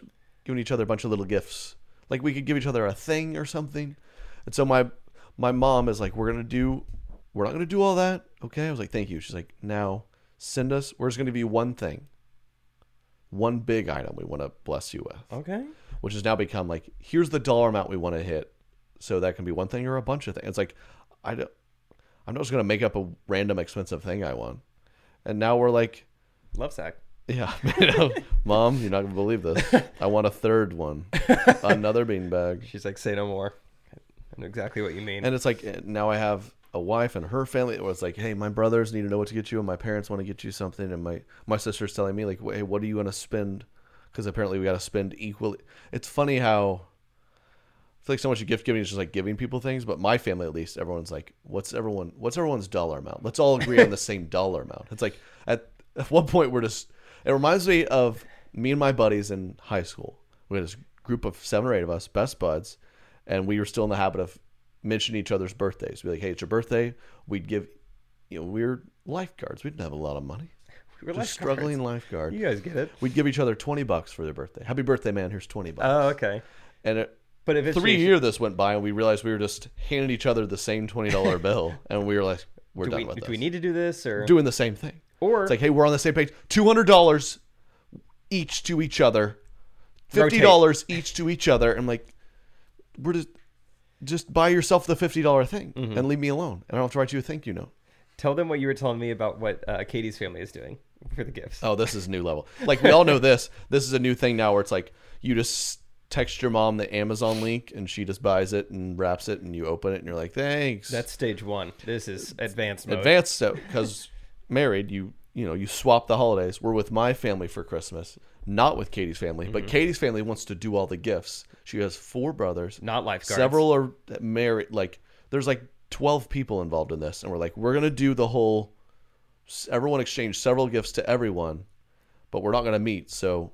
[SPEAKER 3] giving each other a bunch of little gifts? Like we could give each other a thing or something. And so my my mom is like, we're gonna do, we're not gonna do all that, okay? I was like, thank you. She's like, now send us. We're just gonna be one thing, one big item we want to bless you with
[SPEAKER 4] Okay.
[SPEAKER 3] which has now become like here's the dollar amount we want to hit so that can be one thing or a bunch of things it's like i don't i'm not just going to make up a random expensive thing i want and now we're like
[SPEAKER 4] Love sack.
[SPEAKER 3] yeah you know, mom you're not going to believe this i want a third one another beanbag
[SPEAKER 4] She's like, say no more. I know exactly what you mean.
[SPEAKER 3] and it's like eh, now i have a wife and her family it was like hey my brothers need to know what to get you and my parents want to get you something and my my sister's telling me like hey what do you want to spend because apparently we got to spend equally it's funny how I feel like so much of gift giving is just like giving people things, but my family at least, everyone's like, "What's everyone? What's everyone's dollar amount? Let's all agree on the same dollar amount." It's like at, at one point we're just. It reminds me of me and my buddies in high school. We had this group of seven or eight of us, best buds, and we were still in the habit of mentioning each other's birthdays. We'd be like, "Hey, it's your birthday." We'd give, you know, we were lifeguards. We didn't have a lot of money.
[SPEAKER 4] we were
[SPEAKER 3] Just struggling lifeguard.
[SPEAKER 4] You guys get it.
[SPEAKER 3] We'd give each other twenty bucks for their birthday. Happy birthday, man! Here's twenty bucks.
[SPEAKER 4] Oh, okay.
[SPEAKER 3] and it,
[SPEAKER 4] But if it's
[SPEAKER 3] three year this went by and we realized we were just handing each other the same twenty dollar bill and we were like we're
[SPEAKER 4] do
[SPEAKER 3] done
[SPEAKER 4] we,
[SPEAKER 3] with this.
[SPEAKER 4] do we need to do this or
[SPEAKER 3] doing the same thing.
[SPEAKER 4] Or-
[SPEAKER 3] it's like, hey, we're on the same page. Two hundred dollars each to each other. Fifty dollars each to each other. I'm like, we're just just buy yourself the fifty dollar thing and leave me alone. And I don't have to write you a thank you note.
[SPEAKER 4] tell them what you were telling me about what uh, Katie's family is doing for the gifts?
[SPEAKER 3] Oh, this is new level. Like we all know this. This is a new thing now where it's like you just text your mom the Amazon link and she just buys it and wraps it and you open it and you're like, thanks.
[SPEAKER 4] That's stage one. This is advanced mode.
[SPEAKER 3] advanced step because married you you know you swap the holidays we're with my family for christmas not with katie's family but katie's family wants to do all the gifts she has four brothers
[SPEAKER 4] Not lifeguards.
[SPEAKER 3] several are married like there's like 12 people involved in this and we're like we're gonna do the whole everyone exchange several gifts to everyone but we're not gonna meet so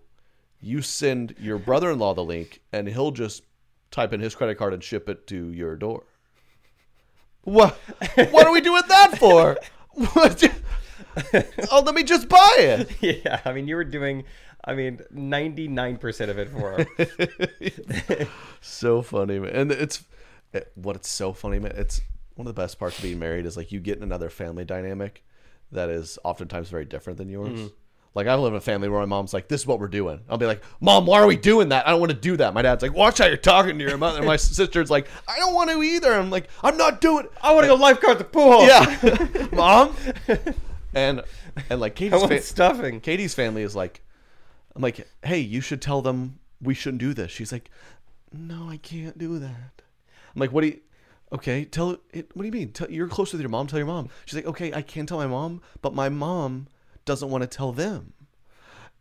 [SPEAKER 3] you send your brother-in-law the link and he'll just type in his credit card and ship it to your door what? What are we doing that for? What? oh, let me just buy it.
[SPEAKER 4] yeah, I mean, you were doing, I mean, 99% of it for him.
[SPEAKER 3] So funny, man. And it's it- what it's so funny, man. It's one of the best parts of being married is like you get in another family dynamic that is oftentimes very different than yours.
[SPEAKER 4] Mm-hmm.
[SPEAKER 3] Like I live in a family where my mom's like, "This is what we're doing." I'll be like, "Mom, why are we doing that? I don't want to do that." My dad's like, "Watch how you're talking to your mother." And my sister's like, "I don't want to either." I'm like, "I'm not doing."
[SPEAKER 4] I want to go lifeguard the pool.
[SPEAKER 3] Yeah, mom. And and like
[SPEAKER 4] I
[SPEAKER 3] Katie's
[SPEAKER 4] want
[SPEAKER 3] fa-
[SPEAKER 4] stuffing.
[SPEAKER 3] Katie's family is like, I'm like, hey, you should tell them we shouldn't do this. She's like, no, I can't do that. I'm like, what do you? Okay, tell it. What do you mean? Tell, you're close with your mom. Tell your mom. She's like, okay, I can tell my mom, but my mom doesn't want to tell them.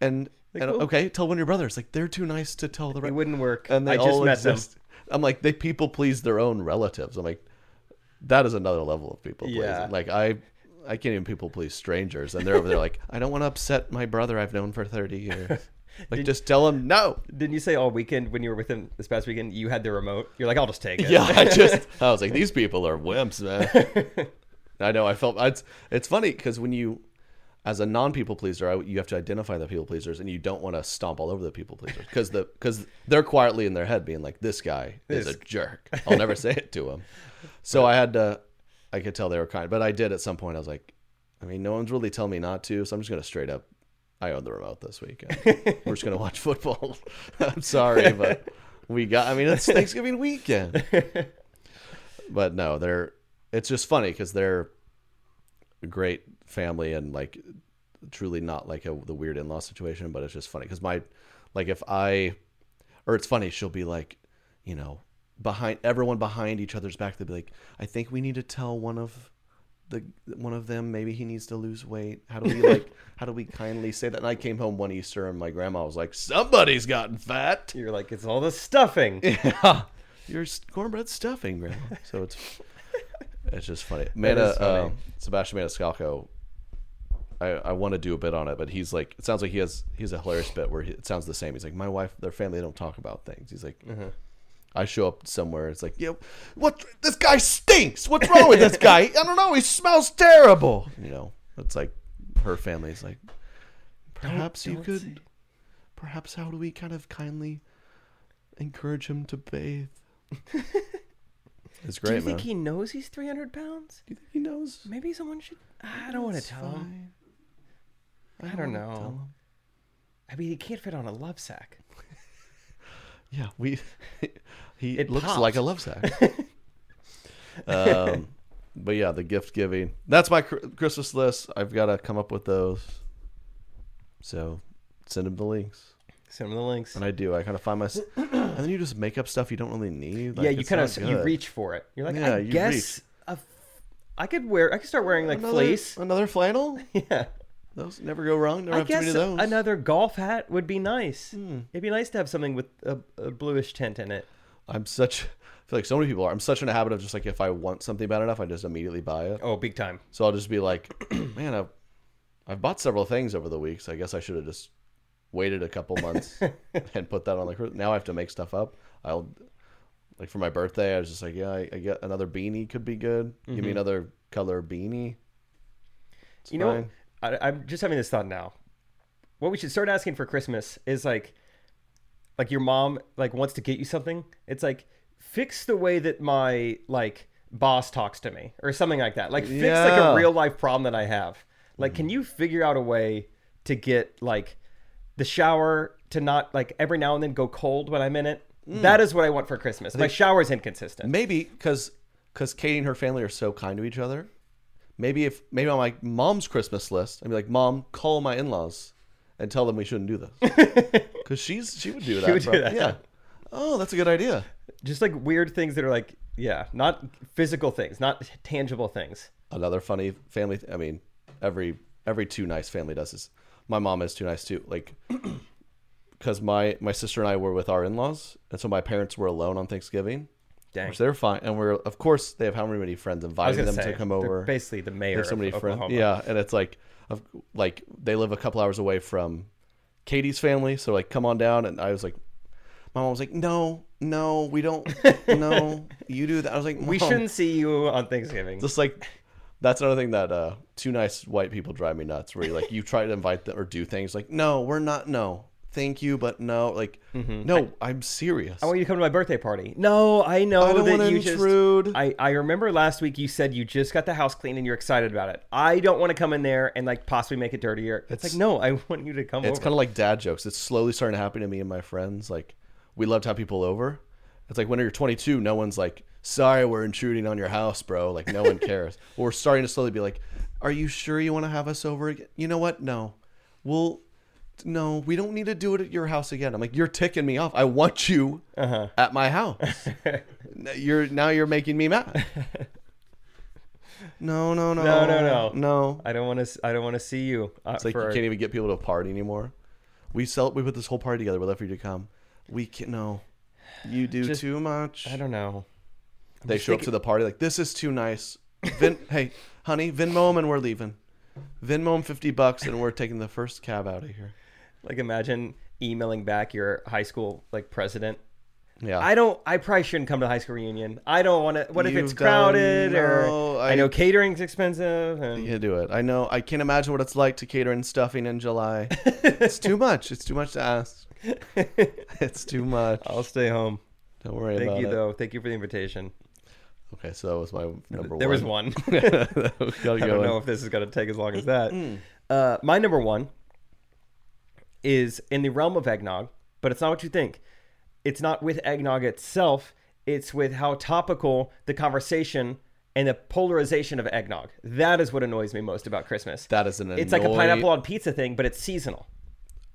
[SPEAKER 3] And, and okay, tell one of your brothers. Like they're too nice to tell the. Re-
[SPEAKER 4] It wouldn't work.
[SPEAKER 3] And they
[SPEAKER 4] I just
[SPEAKER 3] all
[SPEAKER 4] met them.
[SPEAKER 3] exist. I'm like, they people please their own relatives. I'm like, that is another level of people pleasing.
[SPEAKER 4] Yeah.
[SPEAKER 3] Like I, I can't even people please strangers, and they're over there like, I don't want to upset my brother I've known for thirty years. Like, just tell him no.
[SPEAKER 4] Didn't you say all weekend when you were with him this past weekend, you had the remote? You're like, I'll just take it.
[SPEAKER 3] Yeah, I just, I was like, these people are wimps, man. I know. I felt it's it's funny because when you, as a non people pleaser, I, you have to identify the people pleasers, and you don't want to stomp all over the people pleasers because the because they're quietly in their head being like, this guy is a jerk. I'll never say it to him. So I had to, I could tell they were kind, but I did at some point. I was like, I mean, no one's really telling me not to, so I'm just gonna straight up. I own the remote this weekend. We're just gonna watch football. I'm sorry, but we got. I mean, it's Thanksgiving weekend. But no, they're. It's just funny because they're a great family and like truly not like a the weird in law situation. But it's just funny because my like if I or it's funny she'll be like you know behind everyone behind each other's back they'll be like i think we need to tell one of the one of them maybe he needs to lose weight how do we like how do we kindly say that and i came home one easter and my grandma was like somebody's gotten fat
[SPEAKER 4] You're like, it's all the stuffing.
[SPEAKER 3] your s- cornbread stuffing grandma so it's it's just funny made
[SPEAKER 4] is
[SPEAKER 3] a
[SPEAKER 4] funny.
[SPEAKER 3] um, sebastian maniscalco I, I want to do a bit on it, but he's like, it sounds like he has he has a hilarious bit where he, it sounds the same. He's like, my wife, their family, they don't talk about things. He's like,
[SPEAKER 4] Mm-hmm.
[SPEAKER 3] I show up somewhere. It's like, yeah, what? This guy stinks. What's wrong with this guy? I don't know. He smells terrible. You know, it's like her family's like, perhaps you could, perhaps how do we kind of kindly encourage him to bathe? it's
[SPEAKER 4] Do
[SPEAKER 3] great,
[SPEAKER 4] you think
[SPEAKER 3] man.
[SPEAKER 4] he knows he's 300 pounds?
[SPEAKER 3] Do you think he knows?
[SPEAKER 4] Maybe someone should. I don't want to
[SPEAKER 3] It's
[SPEAKER 4] tell him.
[SPEAKER 3] fine.
[SPEAKER 4] I don't
[SPEAKER 3] wanna tell
[SPEAKER 4] know.
[SPEAKER 3] him.
[SPEAKER 4] I mean, he can't fit on a love sack.
[SPEAKER 3] Yeah, we. he
[SPEAKER 4] It
[SPEAKER 3] looks like
[SPEAKER 4] popped.
[SPEAKER 3] a love sack. um, but yeah, the gift giving. That's my cr- Christmas list. I've got to come up with those. So send them the links,
[SPEAKER 4] Send him the links.
[SPEAKER 3] and I do. I kind of find my. and then you just make up stuff you don't really need.
[SPEAKER 4] yeah,
[SPEAKER 3] Like,
[SPEAKER 4] you
[SPEAKER 3] it's
[SPEAKER 4] kind
[SPEAKER 3] not
[SPEAKER 4] of you
[SPEAKER 3] good.
[SPEAKER 4] reach for it. You're like,
[SPEAKER 3] Yeah,
[SPEAKER 4] I
[SPEAKER 3] you
[SPEAKER 4] guess a f- I could wear. I could start wearing like
[SPEAKER 3] another,
[SPEAKER 4] fleece.
[SPEAKER 3] Another flannel.
[SPEAKER 4] Yeah.
[SPEAKER 3] Those never go wrong. Never
[SPEAKER 4] I
[SPEAKER 3] have too
[SPEAKER 4] guess
[SPEAKER 3] many of those. Hmm.
[SPEAKER 4] another golf hat would be nice. It'd be nice to have something with a, a bluish tint in it.
[SPEAKER 3] I'm such. I feel like so many people are. I'm such in a habit of just like if I want something bad enough, I just immediately buy it.
[SPEAKER 4] Oh, big time.
[SPEAKER 3] So I'll just be like, man, I've, I've bought several things over the weeks. I guess I should have just waited a couple months and put that on the cruise. Now I have to make stuff up. I'll, like for my birthday, I was just like, yeah, I, I get another beanie could be good. Give me another color beanie. It's
[SPEAKER 4] Mm-hmm. you know, what?
[SPEAKER 3] fine.
[SPEAKER 4] I, I'm just having this thought now. What we should start asking for Christmas is like, like your mom like wants to get you something. It's like fix the way that my like boss talks to me or something like that. Like fix like
[SPEAKER 3] Yeah. Mm-hmm.
[SPEAKER 4] a real life problem that I have. Like, can you figure out a way to get like the shower to not like every now and then go cold when I'm in it?
[SPEAKER 3] Mm.
[SPEAKER 4] That is what I want for Christmas. My shower's inconsistent.
[SPEAKER 3] maybe because because Katie and her family are so kind to each other. Maybe if maybe on my mom's Christmas list, I'd be like, Mom, call my in laws and tell them we shouldn't do this because she's she would do that.
[SPEAKER 4] would do
[SPEAKER 3] bro.
[SPEAKER 4] that.
[SPEAKER 3] Yeah. Oh, that's a good idea.
[SPEAKER 4] Just like weird things that are like, yeah, not physical things, not tangible things.
[SPEAKER 3] another funny family i mean every every too nice family does this my mom is too nice too like because my my sister and i were with our in-laws and so my parents were alone on thanksgiving
[SPEAKER 4] Dang.
[SPEAKER 3] which they're fine and we're of course they have how many friends inviting them
[SPEAKER 4] gonna say,
[SPEAKER 3] to come
[SPEAKER 4] they're
[SPEAKER 3] over
[SPEAKER 4] Basically, the mayor
[SPEAKER 3] There's so many
[SPEAKER 4] of
[SPEAKER 3] friends.
[SPEAKER 4] Oklahoma.
[SPEAKER 3] Yeah, and it's like, of like they live a couple hours away from Katie's family, so like, come on down. And I was like, my mom was like, no, no, we don't, no, you do that. I was like,
[SPEAKER 4] we
[SPEAKER 3] "Mom."
[SPEAKER 4] shouldn't see you on Thanksgiving.
[SPEAKER 3] Just like that's another thing that uh, two nice white people drive me nuts. Where you like you try to invite them or do things like, no, we're not. No, thank you, but no. Like, no, I, am serious.
[SPEAKER 4] Mm-hmm. I want Oh, you to come to my birthday party. No, I know
[SPEAKER 3] I don't
[SPEAKER 4] that
[SPEAKER 3] wanna
[SPEAKER 4] you
[SPEAKER 3] intrude.
[SPEAKER 4] just. I I remember last week you said you just got the house clean and you're excited about it. I don't want to come in there and like possibly make it dirtier. It's, like no, I want you to come
[SPEAKER 3] it's
[SPEAKER 4] over.
[SPEAKER 3] kind of like dad jokes. It's slowly starting to happen to me and my friends. Like, we love to have people over. It's like when you're 22, no one's like, sorry, we're intruding on your house, bro. Like, no one cares. we're starting to slowly be like, are you sure you want to have us over again? You know what? No. We'll, no, we don't need to do it at your house again. I'm like, you're ticking me off. I want you
[SPEAKER 4] Uh-huh.
[SPEAKER 3] at my house. N- you're Now you're making me mad. no, no, no.
[SPEAKER 4] No, no, no.
[SPEAKER 3] No.
[SPEAKER 4] I don't want to. I don't want to see you. Uh,
[SPEAKER 3] It's like
[SPEAKER 4] for-
[SPEAKER 3] you can't even get people to a party anymore. We sell. We put this whole party together. We're left for you to come. We can no. You do
[SPEAKER 4] Just-
[SPEAKER 3] too much.
[SPEAKER 4] I don't know.
[SPEAKER 3] They show up to the party like this is too nice. Vin, hey, honey, Venmo 'em and we're leaving. Venmo 'em fifty bucks and we're taking the first cab out of here.
[SPEAKER 4] Like imagine emailing back your high school like president.
[SPEAKER 3] Yeah,
[SPEAKER 4] I don't. I probably shouldn't come to the high school reunion. I don't want to. What if
[SPEAKER 3] You've
[SPEAKER 4] it's crowded?
[SPEAKER 3] done-
[SPEAKER 4] or
[SPEAKER 3] no,
[SPEAKER 4] I,
[SPEAKER 3] I-
[SPEAKER 4] know catering's expensive. And
[SPEAKER 3] You do it. I know. I can't imagine what it's like to cater and stuffing in July. it's too much. It's too much to ask. It's too much.
[SPEAKER 4] I'll stay home.
[SPEAKER 3] Don't worry
[SPEAKER 4] Thank
[SPEAKER 3] about
[SPEAKER 4] you,
[SPEAKER 3] it.
[SPEAKER 4] though. Thank you for the invitation.
[SPEAKER 3] Okay, so that was my number
[SPEAKER 4] There
[SPEAKER 3] one.
[SPEAKER 4] was one.
[SPEAKER 3] Gotta
[SPEAKER 4] I
[SPEAKER 3] go
[SPEAKER 4] don't
[SPEAKER 3] in. Mm,
[SPEAKER 4] know if this is going to take as long as that. Uh, my number one is in the realm of eggnog, but it's not what you think. It's not with eggnog itself, it's with how topical the conversation and the polarization of eggnog. That is what annoys me most about Christmas.
[SPEAKER 3] That is an
[SPEAKER 4] it's like a
[SPEAKER 3] annoy-
[SPEAKER 4] pineapple on pizza thing, but it's seasonal.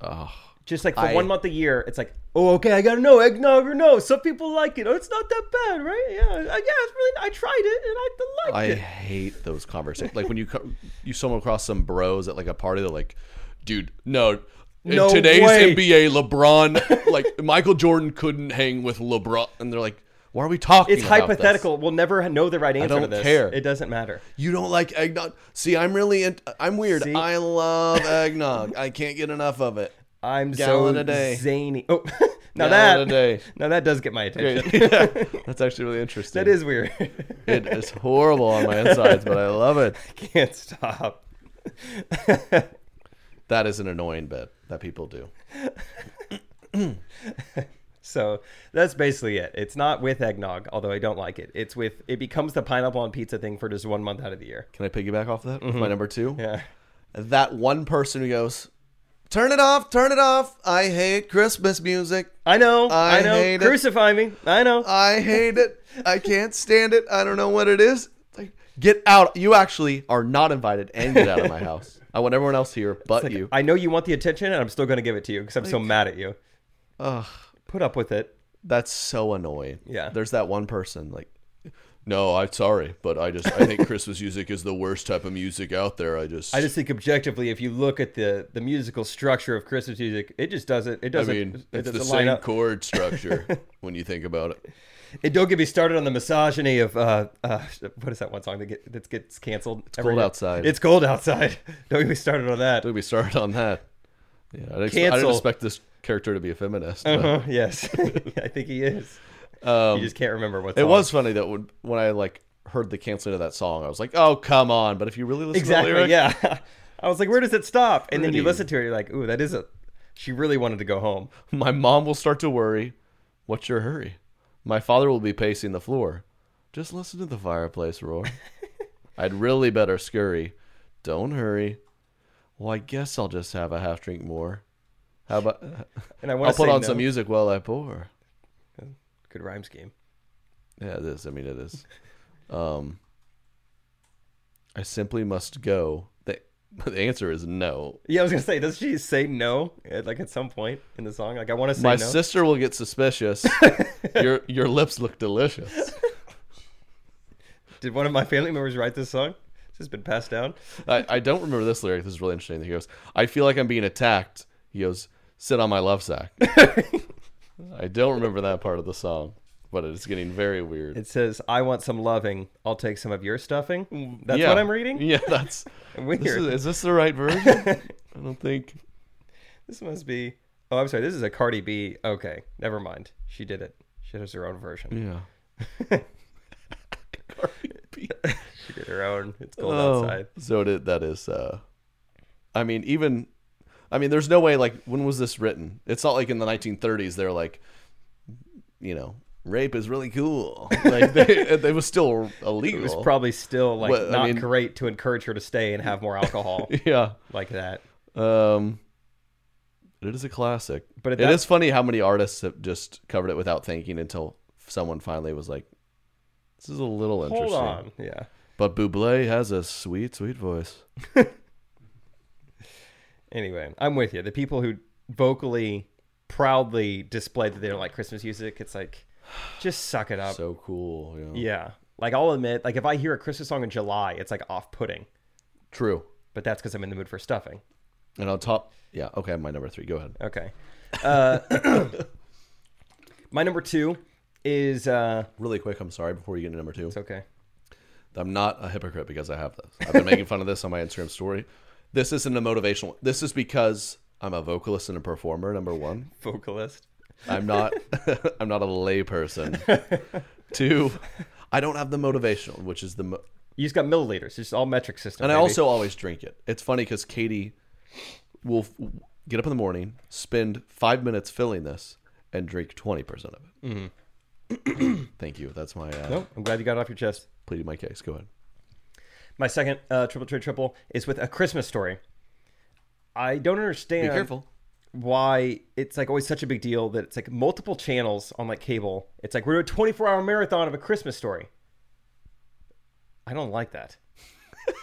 [SPEAKER 3] Ugh.
[SPEAKER 4] Just like for
[SPEAKER 3] I-
[SPEAKER 4] one month a year, it's like, oh, okay, I gotta know eggnog or no. Some people like it. Oh, it's not that bad, right? Yeah, Uh, yeah, it's really. I tried it and I liked
[SPEAKER 3] I
[SPEAKER 4] it.
[SPEAKER 3] hate those conversations. like when you co- you stumble across some bros at like a party, they're like, "Dude, no." In
[SPEAKER 4] No
[SPEAKER 3] today's
[SPEAKER 4] way."
[SPEAKER 3] NBA, LeBron, like Michael Jordan couldn't hang with LeBron, and they're like, "Why are we talking?"
[SPEAKER 4] It's
[SPEAKER 3] about this?
[SPEAKER 4] hypothetical. We'll never know the right answer to
[SPEAKER 3] don't
[SPEAKER 4] this.
[SPEAKER 3] care.
[SPEAKER 4] It doesn't matter.
[SPEAKER 3] You don't like eggnog? See, I'm really, in- I'm weird.
[SPEAKER 4] See?
[SPEAKER 3] I love eggnog. I can't get enough of it.
[SPEAKER 4] I'm
[SPEAKER 3] Gallon
[SPEAKER 4] so
[SPEAKER 3] a day.
[SPEAKER 4] zany. Oh, now
[SPEAKER 3] Gallon
[SPEAKER 4] that
[SPEAKER 3] a day.
[SPEAKER 4] now that does get my attention.
[SPEAKER 3] That's actually really interesting.
[SPEAKER 4] That is weird.
[SPEAKER 3] It is horrible on my insides, but I love it.
[SPEAKER 4] Can't stop.
[SPEAKER 3] That is an annoying bit that people do.
[SPEAKER 4] So that's basically it. It's not with eggnog, although I don't like it. It's with it becomes the pineapple on pizza thing for just one month out of the year.
[SPEAKER 3] Can I piggyback off that? with My number two.
[SPEAKER 4] Mm-hmm. Yeah.
[SPEAKER 3] That one person who goes, "Turn it off! Turn it off! I hate Christmas music.
[SPEAKER 4] I know. I,
[SPEAKER 3] I
[SPEAKER 4] know.
[SPEAKER 3] hate it. Uh,
[SPEAKER 4] Crucify me. I know.
[SPEAKER 3] I hate it. I can't stand it. I don't know what it is." It's Like, get out! You actually are not invited, and get out of my house. I want everyone else here but
[SPEAKER 4] Like,
[SPEAKER 3] you.
[SPEAKER 4] I know you want the attention, and I'm still going to give it to you because I'm so mad at you.
[SPEAKER 3] Ugh.
[SPEAKER 4] Put up with it.
[SPEAKER 3] That's so annoying.
[SPEAKER 4] Yeah.
[SPEAKER 3] There's that one person like no, I'm sorry, but I just I think Christmas music is the worst type of music out there. I just
[SPEAKER 4] I just think objectively, if you look at the the musical structure of Christmas music, it just doesn't. It
[SPEAKER 3] I
[SPEAKER 4] doesn't.
[SPEAKER 3] mean,
[SPEAKER 4] it
[SPEAKER 3] it's
[SPEAKER 4] doesn't
[SPEAKER 3] the
[SPEAKER 4] line
[SPEAKER 3] same
[SPEAKER 4] up.
[SPEAKER 3] chord structure when you think about it.
[SPEAKER 4] And don't get me started on the misogyny of uh, uh what is that one song that get that gets canceled? It's
[SPEAKER 3] cold outside.
[SPEAKER 4] It's cold outside. Don't get me started on that.
[SPEAKER 3] Did we start on that? Yeah, I didn't, I
[SPEAKER 4] Cancel.
[SPEAKER 3] didn't expect this character to be a feminist. but-
[SPEAKER 4] Uh-huh, yes, I think he is. you just can't remember what
[SPEAKER 3] Um, It
[SPEAKER 4] song.
[SPEAKER 3] was funny that when, when I like heard the canceling of that song, I was like, "Oh, come on!" But if you really listen
[SPEAKER 4] exactly.
[SPEAKER 3] to the lyric,
[SPEAKER 4] Yeah, I was like, where does it stop? And then you
[SPEAKER 3] Pretty.
[SPEAKER 4] listen to it, you're like, ooh, that is a. She really wanted to go home.
[SPEAKER 3] My mom will start to worry. What's your hurry? My father will be pacing the floor. Just listen to the fireplace roar. I'd really better scurry. Don't hurry. Well, I guess I'll just have a half drink more. How about
[SPEAKER 4] And I want
[SPEAKER 3] I'll
[SPEAKER 4] to
[SPEAKER 3] put
[SPEAKER 4] say
[SPEAKER 3] on
[SPEAKER 4] no.
[SPEAKER 3] some music while I pour.
[SPEAKER 4] Good rhyme scheme.
[SPEAKER 3] Yeah, it is. I mean, it is. Um, I simply must go. The, the answer is no.
[SPEAKER 4] Yeah, I was gonna say, does she say no? At, like at some point in the song, like I want to say
[SPEAKER 3] My
[SPEAKER 4] no.
[SPEAKER 3] sister will get suspicious. your your lips look delicious.
[SPEAKER 4] Did one of my family members write this song? This has been passed down.
[SPEAKER 3] I, I don't remember this lyric. This is really interesting. He goes, I feel like I'm being attacked. He goes, sit on my love sack. I don't remember that part of the song, but it's getting very weird.
[SPEAKER 4] It says, "I want some loving. I'll take some of your stuffing." That's
[SPEAKER 3] Yeah.
[SPEAKER 4] what I'm reading.
[SPEAKER 3] Yeah, that's.
[SPEAKER 4] Weird.
[SPEAKER 3] This
[SPEAKER 4] This,
[SPEAKER 3] is, is this the right version? I don't think.
[SPEAKER 4] must be. Oh, I'm sorry. This is a Cardi B. Okay, never mind. She did it. She has her own version.
[SPEAKER 3] Yeah.
[SPEAKER 4] She did her own. It's cold
[SPEAKER 3] Oh,
[SPEAKER 4] outside.
[SPEAKER 3] So it, that is. Uh, I mean, even. I mean, there's no way. Like, when was this written? It's not like in the 1930s. They're like, you know, rape is really cool. Like, they, it was still illegal.
[SPEAKER 4] It was probably still like
[SPEAKER 3] Well, I
[SPEAKER 4] not
[SPEAKER 3] mean-
[SPEAKER 4] great to encourage her to stay and have more alcohol
[SPEAKER 3] Yeah.
[SPEAKER 4] like that.
[SPEAKER 3] Um, it is a classic.
[SPEAKER 4] But
[SPEAKER 3] But
[SPEAKER 4] at
[SPEAKER 3] it
[SPEAKER 4] that-
[SPEAKER 3] is funny how many artists have just covered it without thinking until someone finally was like, "This is a little
[SPEAKER 4] Hold
[SPEAKER 3] interesting."
[SPEAKER 4] on. Yeah.
[SPEAKER 3] But Buble has a sweet, sweet voice.
[SPEAKER 4] Anyway, I'm with you. The people who vocally, proudly display that they don't like Christmas music, it's like, just suck it up.
[SPEAKER 3] So cool. Yeah.
[SPEAKER 4] yeah. Like, I'll admit, like, if I hear a Christmas song in July, it's like off putting,
[SPEAKER 3] True.
[SPEAKER 4] but that's because I'm in the mood for stuffing.
[SPEAKER 3] And on top, yeah. Okay, my number three. Go ahead.
[SPEAKER 4] Okay. Uh, my number two is, uh,
[SPEAKER 3] Really quick. I'm sorry. Before you get to number two,
[SPEAKER 4] it's okay.
[SPEAKER 3] I'm not a hypocrite because I have this. I've been making fun of this on my Instagram story. This isn't a motivational. This is because I'm a vocalist and a performer. Number one.
[SPEAKER 4] Vocalist.
[SPEAKER 3] I'm not I'm not a lay person. Two, I don't have the motivational, which is the mo-
[SPEAKER 4] You just got milliliters, just all metric system.
[SPEAKER 3] and I
[SPEAKER 4] baby.
[SPEAKER 3] also always drink it. It's funny because Katie will f- get up in the morning, spend five minutes filling this, and drink twenty percent of it. Thank you. That's my uh,
[SPEAKER 4] Mm-hmm. Nope. I'm glad you got it off your chest.
[SPEAKER 3] pleading my case. Go ahead.
[SPEAKER 4] My second uh, triple trade triple is with a Christmas story. I don't
[SPEAKER 3] Be
[SPEAKER 4] understand
[SPEAKER 3] careful.
[SPEAKER 4] why it's like always such a big deal that it's like multiple channels on like cable. It's like we're doing a 24 hour marathon of a Christmas story. I don't like that.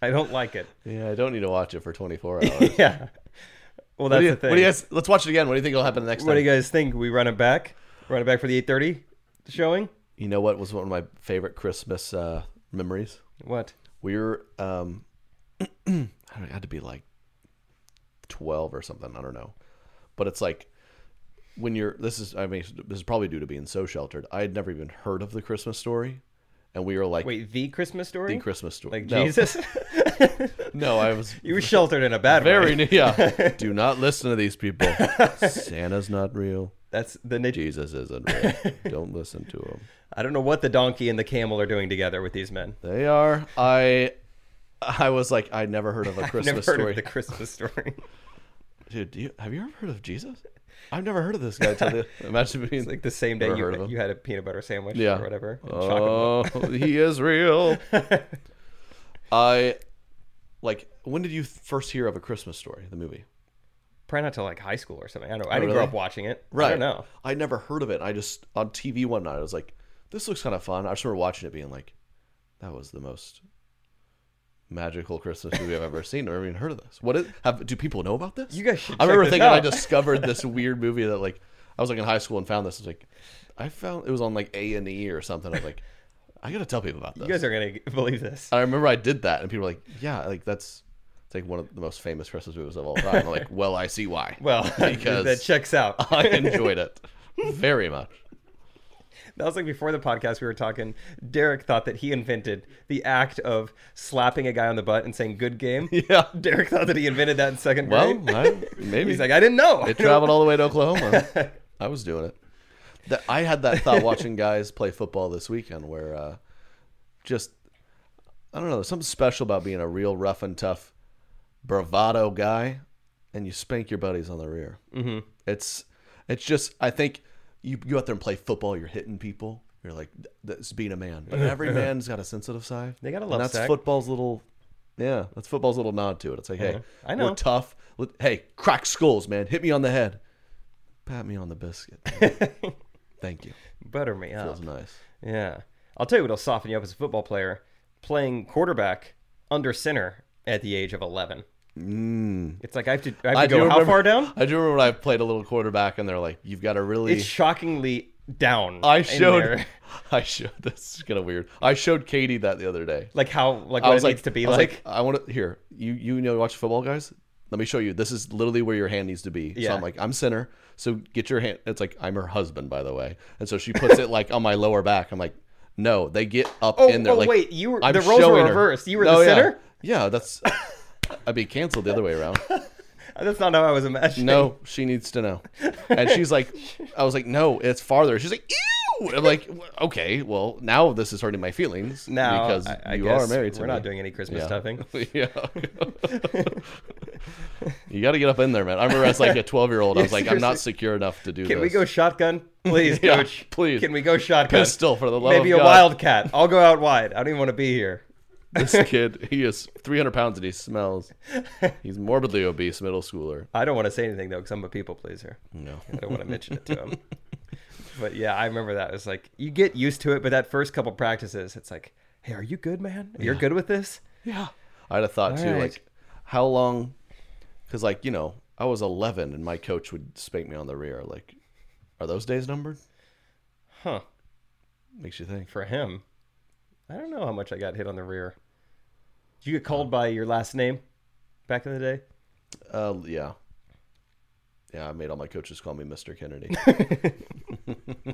[SPEAKER 4] I don't like it.
[SPEAKER 3] Yeah, I don't need to watch it for 24 hours. what,
[SPEAKER 4] Yeah. Well, that's
[SPEAKER 3] do you,
[SPEAKER 4] the thing.
[SPEAKER 3] what do you guys? Let's watch it again. What do you think will happen next
[SPEAKER 4] What do
[SPEAKER 3] time?
[SPEAKER 4] you guys think? We run it back? Run it back for the 8:30 showing?
[SPEAKER 3] you know what was one of my favorite Christmas uh, memories?
[SPEAKER 4] What?
[SPEAKER 3] we were um I don't know, it had to be like 12 or something i don't know but it's like when you're this is i mean this is probably due to being so sheltered i had never even heard of the christmas story and we were like
[SPEAKER 4] Wait, the Christmas story?
[SPEAKER 3] the christmas story
[SPEAKER 4] like
[SPEAKER 3] No,
[SPEAKER 4] Jesus?
[SPEAKER 3] no i was
[SPEAKER 4] you were sheltered in a bad
[SPEAKER 3] very
[SPEAKER 4] way.
[SPEAKER 3] new yeah do not listen to these people santa's not real
[SPEAKER 4] That's the niche.
[SPEAKER 3] jesus isn't real don't listen to him
[SPEAKER 4] I don't know what the donkey and the camel are doing together with these men.
[SPEAKER 3] they are i i was like i never heard of a
[SPEAKER 4] I've never
[SPEAKER 3] christmas
[SPEAKER 4] heard
[SPEAKER 3] story
[SPEAKER 4] of the Christmas story.
[SPEAKER 3] dude, do you, have you ever heard of Jesus? I've never heard of this guy. Until the, imagine being
[SPEAKER 4] like the same day
[SPEAKER 3] Never
[SPEAKER 4] you,
[SPEAKER 3] heard of him.
[SPEAKER 4] you had a peanut butter sandwich
[SPEAKER 3] Yeah.
[SPEAKER 4] or whatever. and chocolate milk.
[SPEAKER 3] oh, he is real. I like. When did you first hear of a Christmas story? The movie.
[SPEAKER 4] Probably not till like high school or something. I don't know. I didn't grow
[SPEAKER 3] really?
[SPEAKER 4] up watching it.
[SPEAKER 3] Right.
[SPEAKER 4] I don't know.
[SPEAKER 3] I never heard of it. I just on TV one night I was like, "This looks kind of fun." I just remember watching it, being like, "That was the most magical Christmas movie I've ever seen." I've never even heard of this. What is? Have do people know about this?
[SPEAKER 4] You guys should
[SPEAKER 3] I remember
[SPEAKER 4] check this
[SPEAKER 3] thinking I
[SPEAKER 4] out.
[SPEAKER 3] discovered this weird movie that like I was like in high school and found this. I was like, I found it was on like A and E or something. I was like, I gotta tell people about this.
[SPEAKER 4] You guys are going to believe this.
[SPEAKER 3] I remember I did that, and people were like, "Yeah, like that's." It's like one of the most famous Christmas movies of all time. I'm like, well, I see why.
[SPEAKER 4] Well,
[SPEAKER 3] because
[SPEAKER 4] that checks out.
[SPEAKER 3] I enjoyed it very much.
[SPEAKER 4] That was like before the podcast we were talking. Derek thought that he invented the act of slapping a guy on the butt and saying "good game."
[SPEAKER 3] Yeah.
[SPEAKER 4] Derek thought that he invented that in second
[SPEAKER 3] Well,
[SPEAKER 4] grade.
[SPEAKER 3] I, maybe
[SPEAKER 4] He's like, I didn't know.
[SPEAKER 3] it traveled all the way to Oklahoma. I was doing it. That I had that thought watching guys play football this weekend, where uh, just I don't know, there's something special about being a real rough and tough bravado guy, and you spank your buddies on the rear. Mm-hmm. It's it's just I think you go out there and play football, you're hitting people. You're like th- that's being a man, but every man's got a sensitive side.
[SPEAKER 4] They got a
[SPEAKER 3] And
[SPEAKER 4] love
[SPEAKER 3] That's
[SPEAKER 4] sack.
[SPEAKER 3] football's little yeah, that's football's little nod to it. It's like, hey,
[SPEAKER 4] Uh-huh. I know.
[SPEAKER 3] we're tough. Let- Hey, crack skulls, man. Hit me on the head. Pat me on the biscuit. Thank you.
[SPEAKER 4] Butter me up.
[SPEAKER 3] That was nice.
[SPEAKER 4] Yeah, I'll tell you what'll soften you up as a football player: playing quarterback under center at the age of eleven. It's like I have to. I have to
[SPEAKER 3] Mm. I do
[SPEAKER 4] go how
[SPEAKER 3] remember-
[SPEAKER 4] far down?
[SPEAKER 3] I do remember when I played a little quarterback, and they're like, "You've got to really."
[SPEAKER 4] It's shockingly down.
[SPEAKER 3] I
[SPEAKER 4] in
[SPEAKER 3] showed.
[SPEAKER 4] there.
[SPEAKER 3] I showed. This is kind of weird. I showed Katie that the other day.
[SPEAKER 4] like how like
[SPEAKER 3] I
[SPEAKER 4] what
[SPEAKER 3] was
[SPEAKER 4] it
[SPEAKER 3] like
[SPEAKER 4] needs to be
[SPEAKER 3] I was
[SPEAKER 4] like.
[SPEAKER 3] I want to here. You you know watch football guys. Let me show you. This is literally where your hand needs to be.
[SPEAKER 4] Yeah.
[SPEAKER 3] So I'm like, I'm center. So get your hand. It's like I'm her husband, by the way. And so she puts it like on my lower back. I'm like, no, they get up
[SPEAKER 4] Oh,
[SPEAKER 3] in there.
[SPEAKER 4] oh,
[SPEAKER 3] like,
[SPEAKER 4] wait, you were-
[SPEAKER 3] I'm
[SPEAKER 4] the roles were
[SPEAKER 3] showing her.
[SPEAKER 4] reversed. You were the
[SPEAKER 3] No, yeah.
[SPEAKER 4] center?
[SPEAKER 3] Yeah, that's. I'd be canceled the other way around.
[SPEAKER 4] That's not how I was imagining.
[SPEAKER 3] No, she needs to know. And she's like, I was like, no, it's farther. She's like, ew. I'm like, okay, well, now this is hurting my feelings
[SPEAKER 4] Now,
[SPEAKER 3] because
[SPEAKER 4] I, I
[SPEAKER 3] you
[SPEAKER 4] guess
[SPEAKER 3] are married to
[SPEAKER 4] we're
[SPEAKER 3] me.
[SPEAKER 4] not doing any Christmas
[SPEAKER 3] Yeah.
[SPEAKER 4] stuffing.
[SPEAKER 3] yeah. you got to get up in there, man. I remember as like a 12 year old, I was like, I'm not secure enough to do
[SPEAKER 4] Can
[SPEAKER 3] this.
[SPEAKER 4] we go shotgun, please,
[SPEAKER 3] Yeah,
[SPEAKER 4] coach?
[SPEAKER 3] please.
[SPEAKER 4] Can we go shotgun?
[SPEAKER 3] Pistol, for the love
[SPEAKER 4] Maybe a
[SPEAKER 3] of God.
[SPEAKER 4] wildcat. I'll go out wide. I don't even want to be here.
[SPEAKER 3] this kid, he is 300 pounds and he smells. He's morbidly obese, middle schooler.
[SPEAKER 4] I don't want to say anything though, because I'm a people pleaser.
[SPEAKER 3] No.
[SPEAKER 4] I don't want to mention it to him. but yeah, I remember that. It's like you get used to it, but that first couple practices, it's like, hey, are you good, man? You're good with this?
[SPEAKER 3] Yeah. I had a thought too,
[SPEAKER 4] right.
[SPEAKER 3] like how long? Because like you know, I was 11 and my coach would spank me on the rear. Like, are those days numbered?
[SPEAKER 4] Huh?
[SPEAKER 3] Makes you think.
[SPEAKER 4] For him, I don't know how much I got hit on the rear. Did you get called by your last name back in the day?
[SPEAKER 3] Uh, yeah. Yeah, I made all my coaches call me Mr. Kennedy.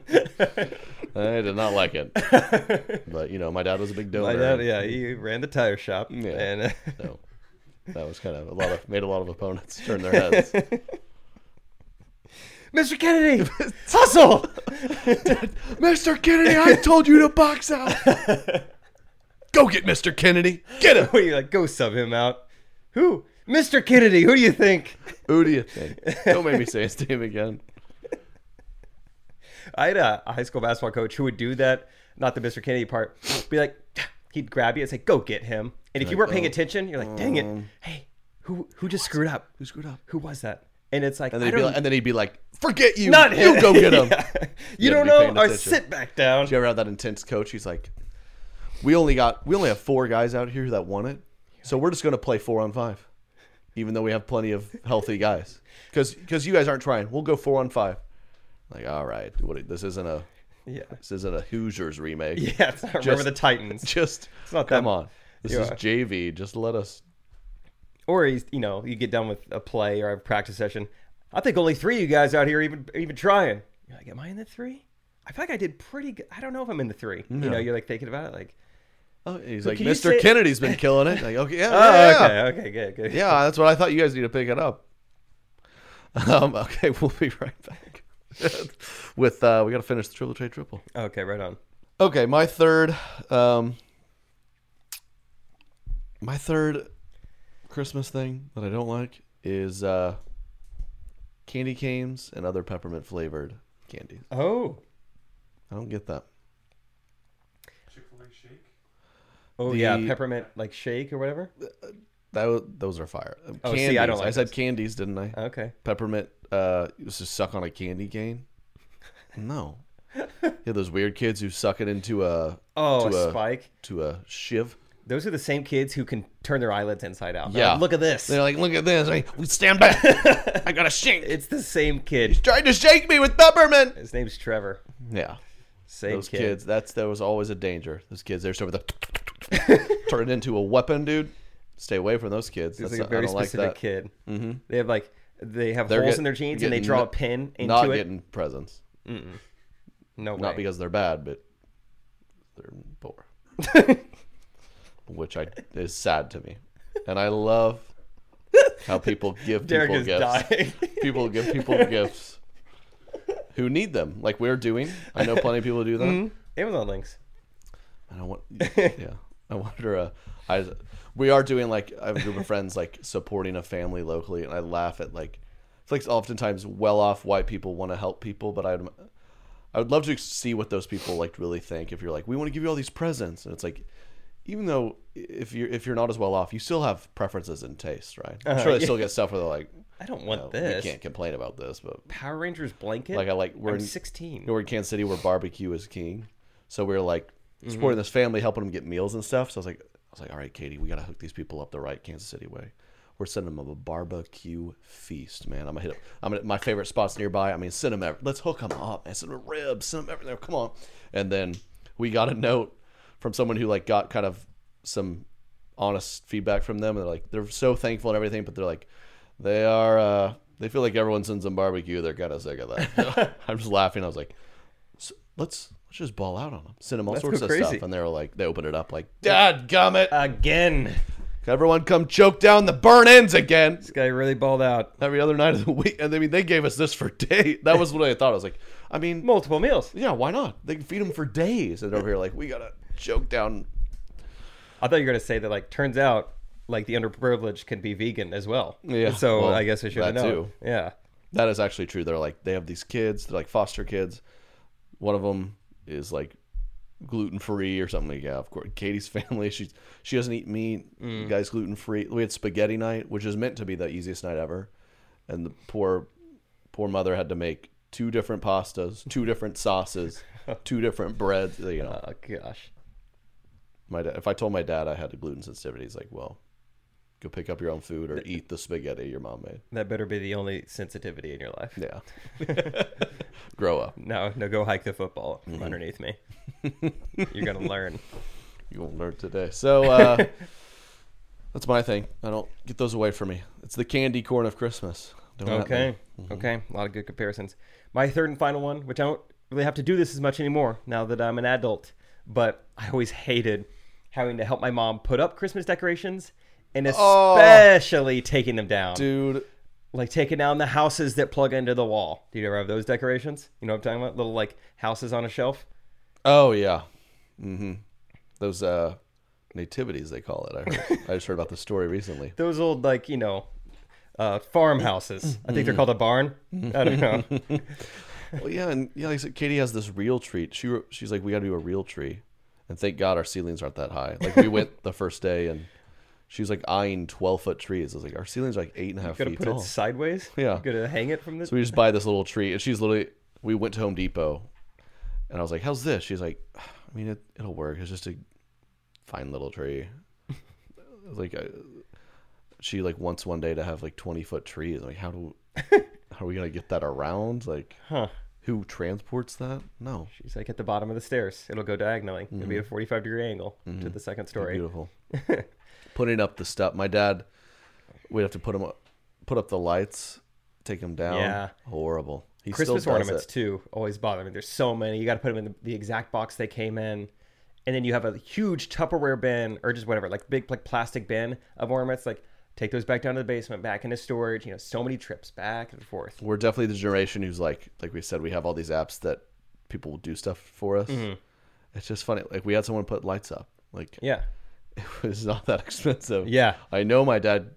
[SPEAKER 3] I did not like it, but you know, my dad was a big donor.
[SPEAKER 4] My dad, yeah, he ran the tire shop,
[SPEAKER 3] Oh, Yeah.
[SPEAKER 4] and uh,
[SPEAKER 3] So that was kind of a lot of made a lot of opponents turn their heads.
[SPEAKER 4] Mr. Kennedy, hustle!
[SPEAKER 3] Mr. Kennedy, I told you to box out. Go get Mr. Kennedy. Get him.
[SPEAKER 4] What are you like? Go sub him out. Who? Mr. Kennedy. Who do you think?
[SPEAKER 3] Who do you think? Don't make me say his name again.
[SPEAKER 4] I had a, a high school basketball coach who would do that, not the Mr. Kennedy part, be like, he'd grab you and say, go get him. And if you weren't
[SPEAKER 3] "Oh."
[SPEAKER 4] paying attention, you're like, dang
[SPEAKER 3] Um.
[SPEAKER 4] it. Hey, who who just screwed up? Who
[SPEAKER 3] screwed up?
[SPEAKER 4] Who was that? And it's like,
[SPEAKER 3] And
[SPEAKER 4] I
[SPEAKER 3] then, he'd be
[SPEAKER 4] don't-
[SPEAKER 3] like, and then he'd be like, "Forget you,
[SPEAKER 4] not him.
[SPEAKER 3] you go get him."
[SPEAKER 4] Yeah. You
[SPEAKER 3] gotta
[SPEAKER 4] don't
[SPEAKER 3] be
[SPEAKER 4] know?
[SPEAKER 3] paying
[SPEAKER 4] Or
[SPEAKER 3] attention.
[SPEAKER 4] sit back down.
[SPEAKER 3] Did you ever have that intense coach? He's like, "We only got we only have four guys out here that want it, so we're just going to play four on five, even though we have plenty of healthy guys, because you guys aren't trying. We'll go four on five. Like, all right, what, this isn't a
[SPEAKER 4] Yeah.
[SPEAKER 3] this isn't a Hoosiers remake.
[SPEAKER 4] Yeah, it's not remember
[SPEAKER 3] Just-
[SPEAKER 4] the Titans.
[SPEAKER 3] just
[SPEAKER 4] not
[SPEAKER 3] come
[SPEAKER 4] that-
[SPEAKER 3] on. This is
[SPEAKER 4] Yeah.
[SPEAKER 3] JV. Just let us.
[SPEAKER 4] or he's you know you get done with a play or a practice session. I think only three of you guys out here even even trying. You're like, am I in the three? I feel like I did pretty good. I don't know if I'm in the three. You know, you're like thinking about it, like,
[SPEAKER 3] Oh, he's like,
[SPEAKER 4] can you
[SPEAKER 3] Mr.
[SPEAKER 4] say-
[SPEAKER 3] Kennedy's been killing it. Like, okay, yeah,
[SPEAKER 4] oh,
[SPEAKER 3] yeah, yeah.
[SPEAKER 4] okay, okay, good, good.
[SPEAKER 3] Yeah, that's what I thought. You guys need to pick it up. Um, okay, we'll be right back. With uh, we got to finish the triple trade triple.
[SPEAKER 4] Okay, right on.
[SPEAKER 3] Okay, my third, um, my third Christmas thing that I don't like is uh, candy canes and other peppermint flavored candies.
[SPEAKER 4] Oh,
[SPEAKER 3] I don't get that.
[SPEAKER 4] oh yeah,
[SPEAKER 3] The-
[SPEAKER 4] peppermint like shake or whatever.
[SPEAKER 3] That wa- those are fire.
[SPEAKER 4] Oh, see, I don't
[SPEAKER 3] Candies.
[SPEAKER 4] like
[SPEAKER 3] I said
[SPEAKER 4] those.
[SPEAKER 3] candies, didn't I?
[SPEAKER 4] Okay,
[SPEAKER 3] peppermint uh used to suck on a candy cane no yeah those weird kids who suck it into a
[SPEAKER 4] oh
[SPEAKER 3] to
[SPEAKER 4] a spike.
[SPEAKER 3] to a shiv
[SPEAKER 4] Those are the same kids who can turn their eyelids inside out. They're
[SPEAKER 3] Yeah.
[SPEAKER 4] like, look at this.
[SPEAKER 3] they're like look at this Like, we stand back i got a shake
[SPEAKER 4] it's the same kid.
[SPEAKER 3] tried to shake me with peppermint
[SPEAKER 4] His name's Trevor.
[SPEAKER 3] yeah
[SPEAKER 4] Same
[SPEAKER 3] those
[SPEAKER 4] kid.
[SPEAKER 3] kids that's there was always a danger those kids they're sort of the turn it into a weapon dude stay away from those kids
[SPEAKER 4] It's
[SPEAKER 3] that's
[SPEAKER 4] like
[SPEAKER 3] not,
[SPEAKER 4] a very
[SPEAKER 3] i don't like
[SPEAKER 4] specific
[SPEAKER 3] that
[SPEAKER 4] kid. Mm-hmm. They have like they have
[SPEAKER 3] They're
[SPEAKER 4] holes
[SPEAKER 3] get-
[SPEAKER 4] in their jeans and they
[SPEAKER 3] getting
[SPEAKER 4] draw a
[SPEAKER 3] not-
[SPEAKER 4] pin into
[SPEAKER 3] not
[SPEAKER 4] it.
[SPEAKER 3] getting presents
[SPEAKER 4] no way.
[SPEAKER 3] Not because they're bad, but they're poor. Which I is sad to me. And I love how people give
[SPEAKER 4] Derek
[SPEAKER 3] people
[SPEAKER 4] is
[SPEAKER 3] gifts.
[SPEAKER 4] dying.
[SPEAKER 3] People give people gifts who need them, like we're doing. I know plenty of people who do that.
[SPEAKER 4] Mm-hmm. Amazon links.
[SPEAKER 3] And I want, yeah, I wonder. Uh, I we are doing like I have a group of friends like supporting a family locally, and I laugh at like it's like oftentimes well-off white people want to help people, but I'd I would love to see what those people like really think. If you're like, we want to give you all these presents, and it's like, even though if you're if you're not as well off, you still have preferences and tastes, right? I'm sure they still get stuff where they're like,
[SPEAKER 4] I don't want
[SPEAKER 3] "Oh,
[SPEAKER 4] Uh-huh. this.
[SPEAKER 3] we can't complain about this, but
[SPEAKER 4] Power Rangers blanket.
[SPEAKER 3] like I like we're
[SPEAKER 4] I'm
[SPEAKER 3] in,
[SPEAKER 4] 16.
[SPEAKER 3] you know, we're in Kansas City where barbecue is king. So we are like supporting this family, helping them get meals and stuff. So I was like, I was like, all right, Katie, we gotta hook these people up the right Kansas City way. We're sending them a barbecue feast, man. I'm gonna hit up. I'm gonna, my favorite spots nearby. I mean, send them. Every, let's hook them up, man. Send them ribs. Send them everything. Come on. And then we got a note from someone who like got kind of some honest feedback from them. And they're like, they're so thankful and everything, but they're like, they are, uh, they feel like everyone sends them barbecue. They're kind of sick of that. I'm just laughing. I was like, "S- let's let's just ball out on them, send them all
[SPEAKER 4] Let's go
[SPEAKER 3] sorts of
[SPEAKER 4] crazy.
[SPEAKER 3] stuff. And they were like, they opened it up like, dad gummit.
[SPEAKER 4] Again,
[SPEAKER 3] Everyone come choke down the burn ends again
[SPEAKER 4] this guy really balled out.
[SPEAKER 3] every other night of the week. And I mean, they gave us this for day. That was what I thought. I was like, I mean,
[SPEAKER 4] Multiple meals.
[SPEAKER 3] yeah, why not? They can feed them for days. And over here, like, we got to choke down.
[SPEAKER 4] I thought you were gonna say that. Like, turns out, like the underprivileged can be vegan as well.
[SPEAKER 3] Yeah,
[SPEAKER 4] So
[SPEAKER 3] well,
[SPEAKER 4] I guess I should have
[SPEAKER 3] that
[SPEAKER 4] known.
[SPEAKER 3] too.
[SPEAKER 4] Yeah.
[SPEAKER 3] That is actually true. They're like they have these kids. They're like foster kids. One of them is like gluten free or something. Like, yeah, of course. Katie's family. She she doesn't eat meat. The guy's gluten free. We had spaghetti night, which is meant to be the easiest night ever, and the poor poor mother had to make two different pastas, two different sauces, two different breads. You know,
[SPEAKER 4] Oh gosh.
[SPEAKER 3] my dad, if I told my dad I had a gluten sensitivity, he's like, well. Go pick up your own food or eat the spaghetti your mom made.
[SPEAKER 4] That better be the only sensitivity in your life.
[SPEAKER 3] Yeah. Grow up.
[SPEAKER 4] No, no, go hike the football
[SPEAKER 3] Mm-hmm.
[SPEAKER 4] underneath me. You're gonna learn.
[SPEAKER 3] You won't learn today. So uh, that's my thing. I don't get those away from me. It's the candy corn of Christmas. Don't at me. Mm-hmm.
[SPEAKER 4] Okay. Okay. A lot of good comparisons. My third and final one, which I don't really have to do this as much anymore now that I'm an adult, but I always hated having to help my mom put up Christmas decorations and
[SPEAKER 3] Oh.
[SPEAKER 4] especially taking them down.
[SPEAKER 3] dude.
[SPEAKER 4] Like taking down the houses that plug into the wall. Do you ever have those decorations? You know what I'm talking about? Little like houses on a shelf.
[SPEAKER 3] Oh yeah. Mm-hmm. Those uh, nativities they call it. I, heard. I just heard about the story recently.
[SPEAKER 4] Those old like,
[SPEAKER 3] Mm-hmm.
[SPEAKER 4] you know, uh, farmhouses. I think they're called a barn. I don't know.
[SPEAKER 3] Well, yeah, and yeah, like I said, Katie has this real tree. She wrote- she's like, we got to do a real tree, and thank God our ceilings aren't that high. Like we went the first day, and she was like eyeing twelve foot trees. I was like, our ceilings are like eight and a half
[SPEAKER 4] Gotta
[SPEAKER 3] feet
[SPEAKER 4] put
[SPEAKER 3] tall.
[SPEAKER 4] it sideways.
[SPEAKER 3] Yeah.
[SPEAKER 4] You gotta hang it from the.
[SPEAKER 3] So we just buy this little tree, and she's literally. We went to Home Depot, and I was like, "How's this?" She's like, "I mean, it, it'll work. It's just a fine little tree." I was like, I, she like wants one day to have like twenty foot trees. I'm like, how do how are we gonna get that around? Like,
[SPEAKER 4] Huh.
[SPEAKER 3] who transports that? No,
[SPEAKER 4] She's like at the bottom of the stairs. It'll go diagonally. It'll
[SPEAKER 3] Mm-hmm.
[SPEAKER 4] be a 45 degree angle to the second story.
[SPEAKER 3] beautiful. Putting up the stuff. My dad, we'd have to put him up, put up the lights, take them down.
[SPEAKER 4] Yeah.
[SPEAKER 3] horrible. He still
[SPEAKER 4] Christmas
[SPEAKER 3] does
[SPEAKER 4] ornaments
[SPEAKER 3] it.
[SPEAKER 4] too always bother me. There's so many. You got to put them in the, the exact box they came in, and then you have a huge Tupperware bin or just whatever, like big like plastic bin of ornaments. Like take those back down to the basement, back into storage. You know, so many trips back and forth.
[SPEAKER 3] we're definitely the generation who's like like we said we have all these apps that people will do stuff for us it's just funny like we had someone put lights up like
[SPEAKER 4] Yeah,
[SPEAKER 3] it was not that expensive
[SPEAKER 4] Yeah.
[SPEAKER 3] i know my dad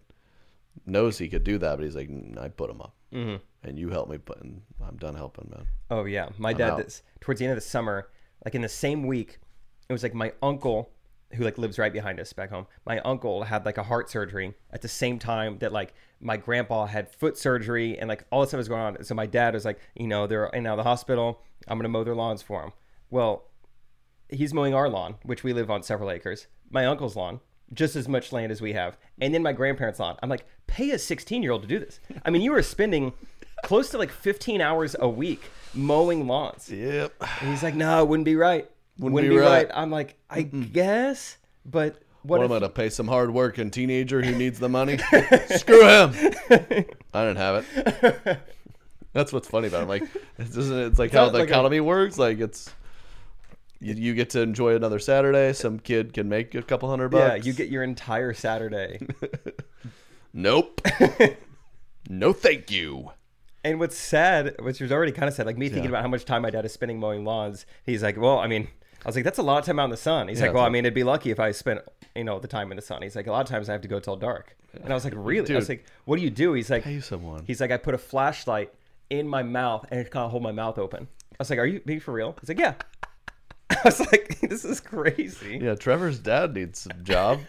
[SPEAKER 3] knows he could do that but he's like "Mm, i put them up mm-hmm. and you help me put and i'm done helping man
[SPEAKER 4] Oh yeah, my dad.
[SPEAKER 3] out.
[SPEAKER 4] This, towards the end of the summer, like in the same week, it was like my uncle, who like lives right behind us back home. My uncle had like a heart surgery at the same time that like my grandpa had foot surgery, and like all this stuff was going on. So my dad was like, you know, they're in and out of the hospital. I'm gonna mow their lawns for them. Well, he's mowing our lawn, which we live on several acres. My uncle's lawn, just as much land as we have, and then my grandparents' lawn. I'm like, pay a 16 year old to do this. I mean, you are spending close to like 15 hours a week mowing lawns.
[SPEAKER 3] yep
[SPEAKER 4] And he's like, no, it wouldn't be right. Wouldn't,
[SPEAKER 3] be
[SPEAKER 4] be,
[SPEAKER 3] right."
[SPEAKER 4] right. I'm like, I guess, but what
[SPEAKER 3] what
[SPEAKER 4] if
[SPEAKER 3] am i gonna pay some hard working teenager who needs the money screw him i don't have it that's what's funny about it. I'm like it's, just, it's like how
[SPEAKER 4] Sounds
[SPEAKER 3] the
[SPEAKER 4] like a-
[SPEAKER 3] economy works like it's you, you get to enjoy another saturday some kid can make a couple hundred
[SPEAKER 4] yeah,
[SPEAKER 3] bucks
[SPEAKER 4] you get your entire Saturday.
[SPEAKER 3] nope no thank you
[SPEAKER 4] And what's sad, which was already kind of sad, like me thinking about how much time my dad is spending mowing lawns. He's like, well, I mean, I was like, that's a lot of time out in the sun. He's like,
[SPEAKER 3] it's
[SPEAKER 4] well, I
[SPEAKER 3] like-
[SPEAKER 4] mean, it'd be lucky if I spent, you know, the time in the sun. He's like, a lot of times I have to go till dark. And I was like, really? I was
[SPEAKER 3] Dude.
[SPEAKER 4] like, what do you do? He's like,
[SPEAKER 3] pay someone
[SPEAKER 4] he's like, I put a flashlight in my mouth and it kind of hold my mouth open. I was like, are you being for real? He's like, yeah. I was like, this is crazy.
[SPEAKER 3] yeah trevor's dad needs some job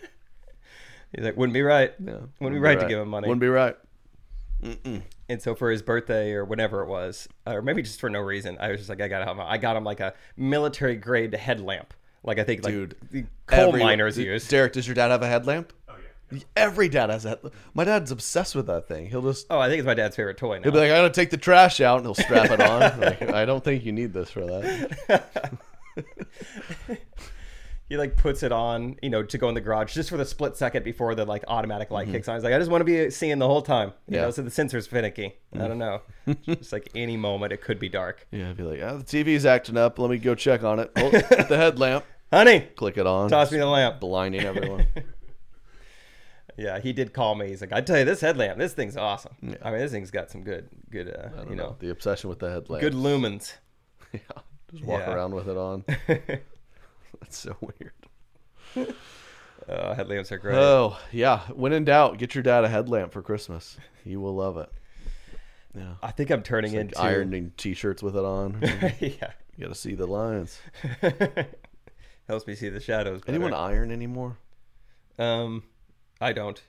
[SPEAKER 4] He's like, wouldn't be right.
[SPEAKER 3] yeah
[SPEAKER 4] Wouldn't be right, to give him money.
[SPEAKER 3] wouldn't be right
[SPEAKER 4] And so for his birthday or whenever it was, or maybe just for no reason, I was just like, I got him. I got him like a military grade headlamp, like I think like
[SPEAKER 3] Dude,
[SPEAKER 4] the coal
[SPEAKER 3] Every-
[SPEAKER 4] miners
[SPEAKER 3] D-
[SPEAKER 4] use.
[SPEAKER 3] derek does your dad have a headlamp oh yeah every dad has that my dad's obsessed with that thing he'll just
[SPEAKER 4] oh, I think it's my dad's favorite toy now.
[SPEAKER 3] He'll be like, I gotta take the trash out, and he'll strap it on. like, I don't think you need this for that.
[SPEAKER 4] he like puts it on, you know, to go in the garage just for the split second before the like automatic light kicks on. He's like, I just want to be seeing the whole time. You
[SPEAKER 3] Mm-hmm. Yeah.
[SPEAKER 4] know, so the sensor's finicky. I don't know. It's like any moment it could be dark.
[SPEAKER 3] Yeah, I'd be like, oh, the TV's acting up. Let me go check on it. Oh, the headlamp.
[SPEAKER 4] Honey,
[SPEAKER 3] Click it on.
[SPEAKER 4] toss me the lamp.
[SPEAKER 3] Blinding everyone.
[SPEAKER 4] Yeah, he did call me. He's like, I tell you, this headlamp, this thing's awesome. I mean, this thing's got some good, good, uh, you know,
[SPEAKER 3] the obsession with the headlamp.
[SPEAKER 4] good lumens.
[SPEAKER 3] Yeah. Just walk
[SPEAKER 4] Yeah.
[SPEAKER 3] around with it on. That's so weird.
[SPEAKER 4] Oh, headlamps are great.
[SPEAKER 3] Oh yeah. When in doubt, get your dad a headlamp for Christmas. He will love it.
[SPEAKER 4] I think I'm turning
[SPEAKER 3] Like
[SPEAKER 4] into
[SPEAKER 3] ironing T-shirts with it on. you
[SPEAKER 4] yeah,
[SPEAKER 3] gotta see the lines.
[SPEAKER 4] helps me see the shadows. Better.
[SPEAKER 3] Anyone iron anymore?
[SPEAKER 4] Um, I don't.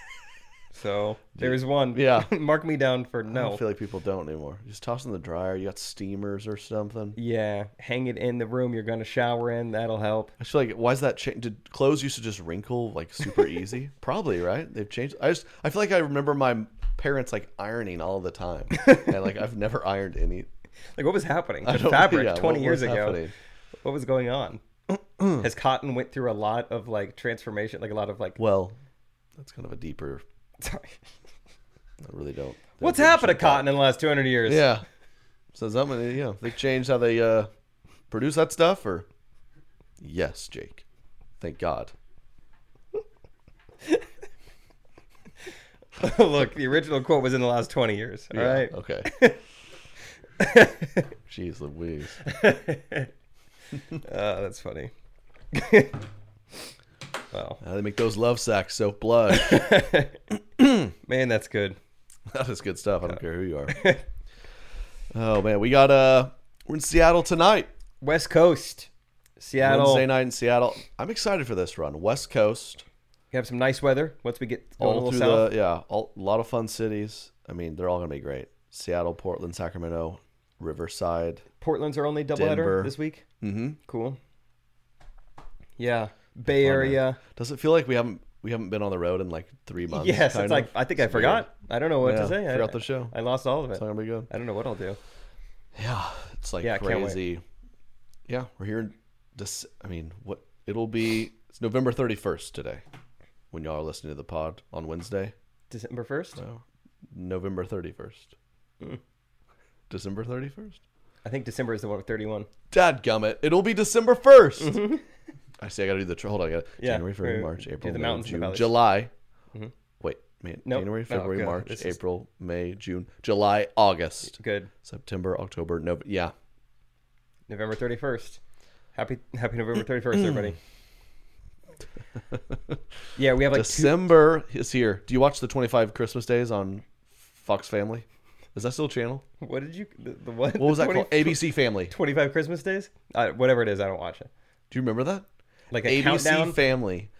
[SPEAKER 4] so there's one.
[SPEAKER 3] Yeah.
[SPEAKER 4] mark me down for
[SPEAKER 3] I
[SPEAKER 4] no.
[SPEAKER 3] don't feel like people don't anymore. Just toss in the dryer. You got steamers or something.
[SPEAKER 4] yeah, hang it in the room you're gonna shower in. That'll help.
[SPEAKER 3] I just feel like why is that change? Did clothes used to just wrinkle like super easy? Probably right. They've changed. I just I feel like I remember my parents like ironing all the time, and like I've never ironed any
[SPEAKER 4] Like what was happening?
[SPEAKER 3] I
[SPEAKER 4] to
[SPEAKER 3] don't-
[SPEAKER 4] fabric
[SPEAKER 3] yeah,
[SPEAKER 4] 20
[SPEAKER 3] what
[SPEAKER 4] years
[SPEAKER 3] was
[SPEAKER 4] ago.
[SPEAKER 3] happening?
[SPEAKER 4] What was going on? Has cotton went through a lot of like transformation, like a lot of like.
[SPEAKER 3] Well, that's kind of a deeper.
[SPEAKER 4] Sorry.
[SPEAKER 3] I really don't.
[SPEAKER 4] What's
[SPEAKER 3] don't
[SPEAKER 4] happened to
[SPEAKER 3] appreciate that.
[SPEAKER 4] cotton in the last 200 years?
[SPEAKER 3] Yeah. So something you know they changed how they uh, produce that stuff or. Yes, Jake. Thank God.
[SPEAKER 4] Look, the original quote was in the last 20 years. All
[SPEAKER 3] Yeah,
[SPEAKER 4] right.
[SPEAKER 3] Okay. Jeez Louise.
[SPEAKER 4] Oh, that's funny. wow.
[SPEAKER 3] Now they make those love sacks so blood.
[SPEAKER 4] Man, that's good.
[SPEAKER 3] That is good stuff. I don't care who you are. Oh man, we got uh we're in Seattle tonight.
[SPEAKER 4] West Coast, Seattle.
[SPEAKER 3] Wednesday night in Seattle. I'm excited for this run. West Coast,
[SPEAKER 4] We have some nice weather once we get going a
[SPEAKER 3] all
[SPEAKER 4] little
[SPEAKER 3] through
[SPEAKER 4] south.
[SPEAKER 3] the yeah, all, a lot of fun cities. I mean, they're all gonna be great. Seattle, Portland, Sacramento, Riverside.
[SPEAKER 4] Portland's our only
[SPEAKER 3] Denver.
[SPEAKER 4] doubleheader this week. Mm-hmm. Cool. Yeah, Bay Area.
[SPEAKER 3] Does it feel like we haven't we haven't been on the road in like three months?
[SPEAKER 4] Yes,
[SPEAKER 3] kind
[SPEAKER 4] it's like
[SPEAKER 3] of?
[SPEAKER 4] I think I
[SPEAKER 3] Uh, It's
[SPEAKER 4] forgot. I don't know what
[SPEAKER 3] Yeah,
[SPEAKER 4] to say. I
[SPEAKER 3] forgot the show.
[SPEAKER 4] I lost all of it.
[SPEAKER 3] weird. It's not gonna be good.
[SPEAKER 4] I don't know what I'll do.
[SPEAKER 3] Yeah, it's like
[SPEAKER 4] Yeah, I can't wait.
[SPEAKER 3] crazy. Yeah, we're here. in This, I mean, what it'll be? It's November thirty first today, when y'all are listening to the pod on Wednesday.
[SPEAKER 4] December first.
[SPEAKER 3] November thirty first, December thirty first.
[SPEAKER 4] I think December is the one with thirty-one.
[SPEAKER 3] Dad gummit, it'll be December 1st I see. I gotta do the tr- hold on. I got
[SPEAKER 4] Mm-hmm. Yeah,
[SPEAKER 3] January, February,
[SPEAKER 4] we're-
[SPEAKER 3] March,
[SPEAKER 4] do
[SPEAKER 3] April,
[SPEAKER 4] the
[SPEAKER 3] May,
[SPEAKER 4] mountains and
[SPEAKER 3] June,
[SPEAKER 4] valleys. Mm-hmm.
[SPEAKER 3] July. Wait, man,
[SPEAKER 4] Nope.
[SPEAKER 3] January,
[SPEAKER 4] No,
[SPEAKER 3] February,
[SPEAKER 4] good.
[SPEAKER 3] March,
[SPEAKER 4] This is-
[SPEAKER 3] April, May, June, July, August,
[SPEAKER 4] Good.
[SPEAKER 3] September, October, November. Yeah,
[SPEAKER 4] November thirty-first. Happy Happy November thirty-first, everybody. yeah, we have like two.
[SPEAKER 3] December is here. Do you watch the 25 Christmas Days on Fox Family? Is that still a channel?
[SPEAKER 4] What did you? The, the what?
[SPEAKER 3] What was that called? ABC Family. Do
[SPEAKER 4] Twenty-five Christmas days. Uh, whatever it is, I don't watch it.
[SPEAKER 3] you remember that?
[SPEAKER 4] Like a
[SPEAKER 3] ABC
[SPEAKER 4] countdown.
[SPEAKER 3] Family.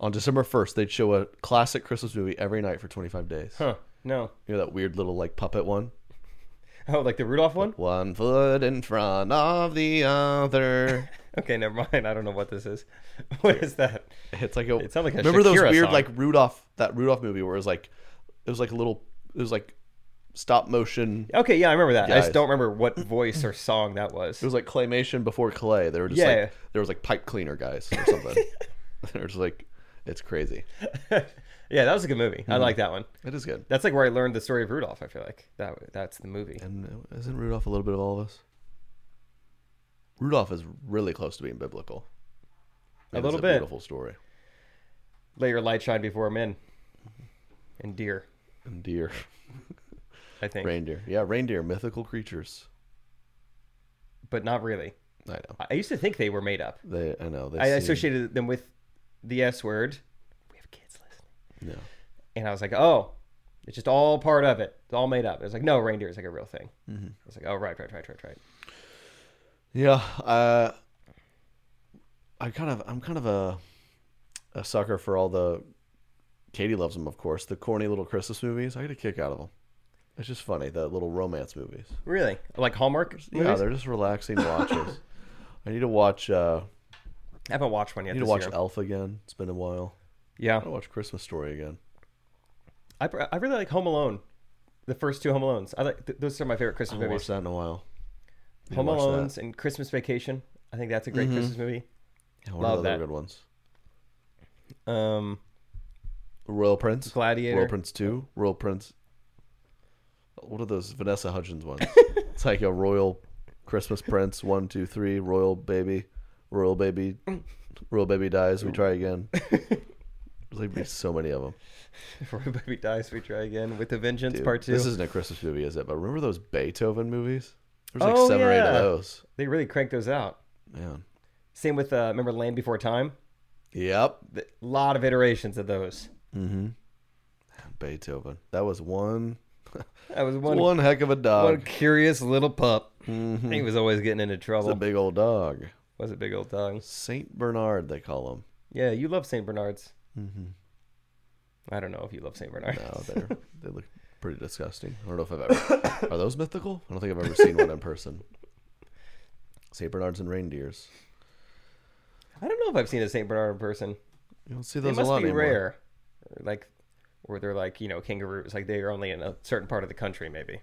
[SPEAKER 3] On December 1st, they'd show a classic Christmas movie every night for 25 days.
[SPEAKER 4] huh? No.
[SPEAKER 3] You know that weird little like puppet one?
[SPEAKER 4] Oh, like the Rudolph one?
[SPEAKER 3] One foot in front of the other.
[SPEAKER 4] Okay, never mind. I don't know what this is. What is that?
[SPEAKER 3] It's like a.
[SPEAKER 4] It sounds like a
[SPEAKER 3] remember those
[SPEAKER 4] Shakira
[SPEAKER 3] weird
[SPEAKER 4] song.
[SPEAKER 3] like Rudolph that Rudolph movie where it was like it was like a little it was like stop motion.
[SPEAKER 4] Okay, yeah, I remember that. I
[SPEAKER 3] Guys.
[SPEAKER 4] just don't remember what voice or song that was.
[SPEAKER 3] It was like claymation before clay. They were just
[SPEAKER 4] Yeah.
[SPEAKER 3] like there was like pipe cleaner guys or something. they were just like it's crazy.
[SPEAKER 4] yeah, that was Mm-hmm. a good movie. I like that one.
[SPEAKER 3] It is good.
[SPEAKER 4] That's like where I learned the story of Rudolph. I feel like that that's the movie.
[SPEAKER 3] And uh, isn't Rudolph a little bit of all of us? Rudolph is really close to being biblical.
[SPEAKER 4] A
[SPEAKER 3] It is
[SPEAKER 4] little bit.
[SPEAKER 3] beautiful story.
[SPEAKER 4] Let your light shine before men and deer.
[SPEAKER 3] And deer,
[SPEAKER 4] I think,
[SPEAKER 3] reindeer. Yeah, reindeer, mythical creatures.
[SPEAKER 4] but not really.
[SPEAKER 3] I know.
[SPEAKER 4] I I used to think they were made up.
[SPEAKER 3] They, I know. They
[SPEAKER 4] I
[SPEAKER 3] seem-
[SPEAKER 4] associated them with the S word. We have kids listening.
[SPEAKER 3] No.
[SPEAKER 4] And I was like, oh, it's just all part of it. It's all made up. It was like, no, reindeer is like a real thing.
[SPEAKER 3] Mm-hmm.
[SPEAKER 4] I was like, oh, right, right, right, right, right.
[SPEAKER 3] Yeah, uh, I kind of I'm kind of a a sucker for all the Katie loves them, of course. The corny little Christmas movies, I get a kick out of them. It's just funny the little romance movies.
[SPEAKER 4] Really? Like Hallmark?
[SPEAKER 3] Yeah,
[SPEAKER 4] movies?
[SPEAKER 3] they're just relaxing watches. I need to watch. Uh,
[SPEAKER 4] I haven't watched one
[SPEAKER 3] I
[SPEAKER 4] yet.
[SPEAKER 3] need to
[SPEAKER 4] This
[SPEAKER 3] watch
[SPEAKER 4] year.
[SPEAKER 3] Elf again. It's been a while.
[SPEAKER 4] Yeah,
[SPEAKER 3] I want to watch Christmas Story again.
[SPEAKER 4] I, pr- I really like Home Alone. The first two Home Alones. I like th- those are my favorite
[SPEAKER 3] I
[SPEAKER 4] Christmas
[SPEAKER 3] haven't
[SPEAKER 4] movies.
[SPEAKER 3] watched that in a while. Need to
[SPEAKER 4] Home
[SPEAKER 3] watch that. Mm-hmm.
[SPEAKER 4] Alones and Christmas Vacation. I think that's a great Christmas movie.
[SPEAKER 3] Yeah, one of
[SPEAKER 4] Love
[SPEAKER 3] the other
[SPEAKER 4] that.
[SPEAKER 3] good ones.
[SPEAKER 4] Um,
[SPEAKER 3] The Royal Prince,
[SPEAKER 4] Gladiator.
[SPEAKER 3] Royal Prince Two, Royal Prince. What are those Vanessa Hudgens ones? it's like a Royal Christmas Prince One, Two, Three, Royal Baby, Royal Baby, Royal Baby dies. We try again. There's like be so many of them.
[SPEAKER 4] Before Baby Dies, We Try Again with a Vengeance Part Two.
[SPEAKER 3] This isn't a Christmas movie, is it? But remember those Beethoven movies? There's like
[SPEAKER 4] Oh,
[SPEAKER 3] seven or eight of
[SPEAKER 4] yeah.
[SPEAKER 3] those.
[SPEAKER 4] They really cranked those out.
[SPEAKER 3] Man.
[SPEAKER 4] Same with uh, remember Land Before Time.
[SPEAKER 3] Yep.
[SPEAKER 4] A lot of iterations of those.
[SPEAKER 3] Beethoven. That was one
[SPEAKER 4] That was one
[SPEAKER 3] one heck of a
[SPEAKER 4] one
[SPEAKER 3] dog.
[SPEAKER 4] curious little pup. He was always getting into trouble.
[SPEAKER 3] It's a big old dog.
[SPEAKER 4] was it big old tongue?
[SPEAKER 3] Saint Bernard, they call him.
[SPEAKER 4] Yeah, you love Saint Bernards.
[SPEAKER 3] Mm-hmm.
[SPEAKER 4] I don't know if you love Saint Bernards.
[SPEAKER 3] Oh, they're, they look pretty disgusting. I don't know if I've ever. Are those mythical? I don't think I've ever seen one in person. St. Bernards and reindeers.
[SPEAKER 4] I don't know if I've seen a Saint Bernard in person.
[SPEAKER 3] You don't see
[SPEAKER 4] They
[SPEAKER 3] those a
[SPEAKER 4] must
[SPEAKER 3] lot
[SPEAKER 4] be
[SPEAKER 3] anymore.
[SPEAKER 4] rare, or like, or they're like you know kangaroos. Like they are only in a certain part of the country. Maybe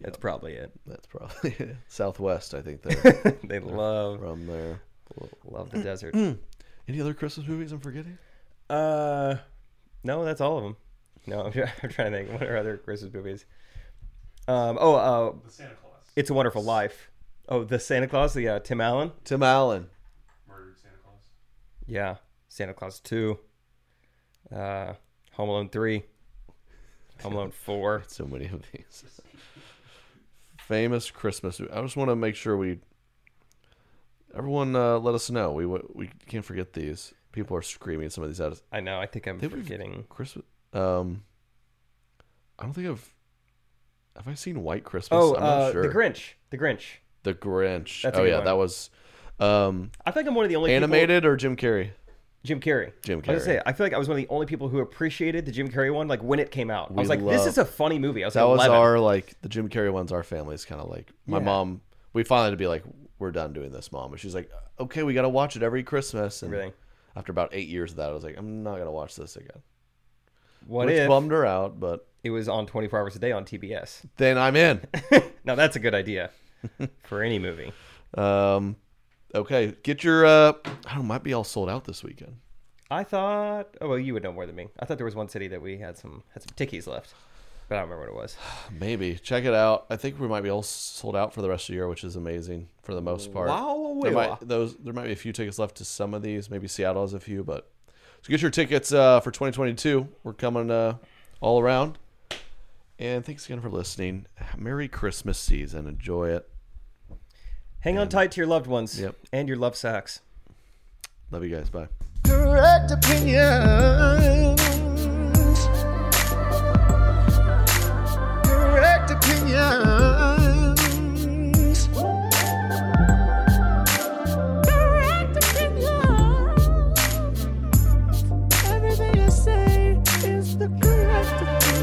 [SPEAKER 4] that's probably it.
[SPEAKER 3] That's probably Southwest. I think they're
[SPEAKER 4] they love
[SPEAKER 3] from there.
[SPEAKER 4] love the desert.
[SPEAKER 3] Any other Christmas movies I'm forgetting?
[SPEAKER 4] Uh, no, that's all of them. No, I'm, try- I'm trying to think. What are other Christmas movies? Um, oh, uh,
[SPEAKER 6] Santa Claus
[SPEAKER 4] It's a Wonderful Life. Oh, the Santa Claus, the uh, Tim Allen.
[SPEAKER 3] Tim Allen.
[SPEAKER 6] murdered Santa Claus.
[SPEAKER 4] Yeah, Santa Claus Two. Uh, Home Alone Three. Home Alone Four.
[SPEAKER 3] So many of these. Famous Christmas. I just want to make sure we. Everyone, uh, let us know. We we can't forget these. People are screaming some of these out. us.
[SPEAKER 4] I know. I think I'm
[SPEAKER 3] Did we-
[SPEAKER 4] forgetting.
[SPEAKER 3] Christmas. Um, I don't think I've. Have I seen White Christmas?
[SPEAKER 4] Oh,
[SPEAKER 3] I'm not
[SPEAKER 4] uh,
[SPEAKER 3] sure.
[SPEAKER 4] The Grinch. The Grinch.
[SPEAKER 3] The Grinch.
[SPEAKER 4] That's a
[SPEAKER 3] oh
[SPEAKER 4] good
[SPEAKER 3] yeah,
[SPEAKER 4] one.
[SPEAKER 3] that was um,
[SPEAKER 4] I feel like I'm one of the only people-
[SPEAKER 3] animated or Jim Carrey.
[SPEAKER 4] Jim Carrey. I
[SPEAKER 3] Jim
[SPEAKER 4] was
[SPEAKER 3] Carrey.
[SPEAKER 4] gonna say, I feel like I was one of the only people who appreciated the Jim Carrey one, like when it came out. I was like, this
[SPEAKER 3] love-
[SPEAKER 4] is a funny movie. I was
[SPEAKER 3] That
[SPEAKER 4] like,
[SPEAKER 3] was
[SPEAKER 4] 11.
[SPEAKER 3] our like the Jim Carrey ones. Our family's kind of like my mom. We finally had to be like, we're done doing this, mom. And she's like, okay, we got to watch it every Christmas. And
[SPEAKER 4] Really?
[SPEAKER 3] after about eight years of that, I was like, I'm not gonna watch this again.
[SPEAKER 4] What
[SPEAKER 3] Which
[SPEAKER 4] if
[SPEAKER 3] bummed her out, but
[SPEAKER 4] it was on 24 hours a day on TBS?
[SPEAKER 3] then I'm in.
[SPEAKER 4] Now that's a good idea for any movie.
[SPEAKER 3] um, okay, get your. Uh, I don't. know, Might be all sold out this weekend.
[SPEAKER 4] I thought, oh well, you would know more than me. I thought there was one city that we had some had some tickies left, but I don't remember what it was.
[SPEAKER 3] Maybe check it out. I think we might be all sold out for the rest of the year, which is amazing for the most part.
[SPEAKER 4] Wow,
[SPEAKER 3] there
[SPEAKER 4] we
[SPEAKER 3] might
[SPEAKER 4] are.
[SPEAKER 3] those there might be a few tickets left to some of these. Maybe Seattle has a few, but so get your tickets uh, for 2022. We're coming uh, all around. And thanks again for listening. Merry Christmas season. Enjoy it.
[SPEAKER 4] Hang on tight to your loved ones
[SPEAKER 3] Yep.
[SPEAKER 4] and your love sacks.
[SPEAKER 3] Love you guys. Bye.
[SPEAKER 1] Correct opinions. Correct opinions. Correct opinions. Everything I say is the correct opinion.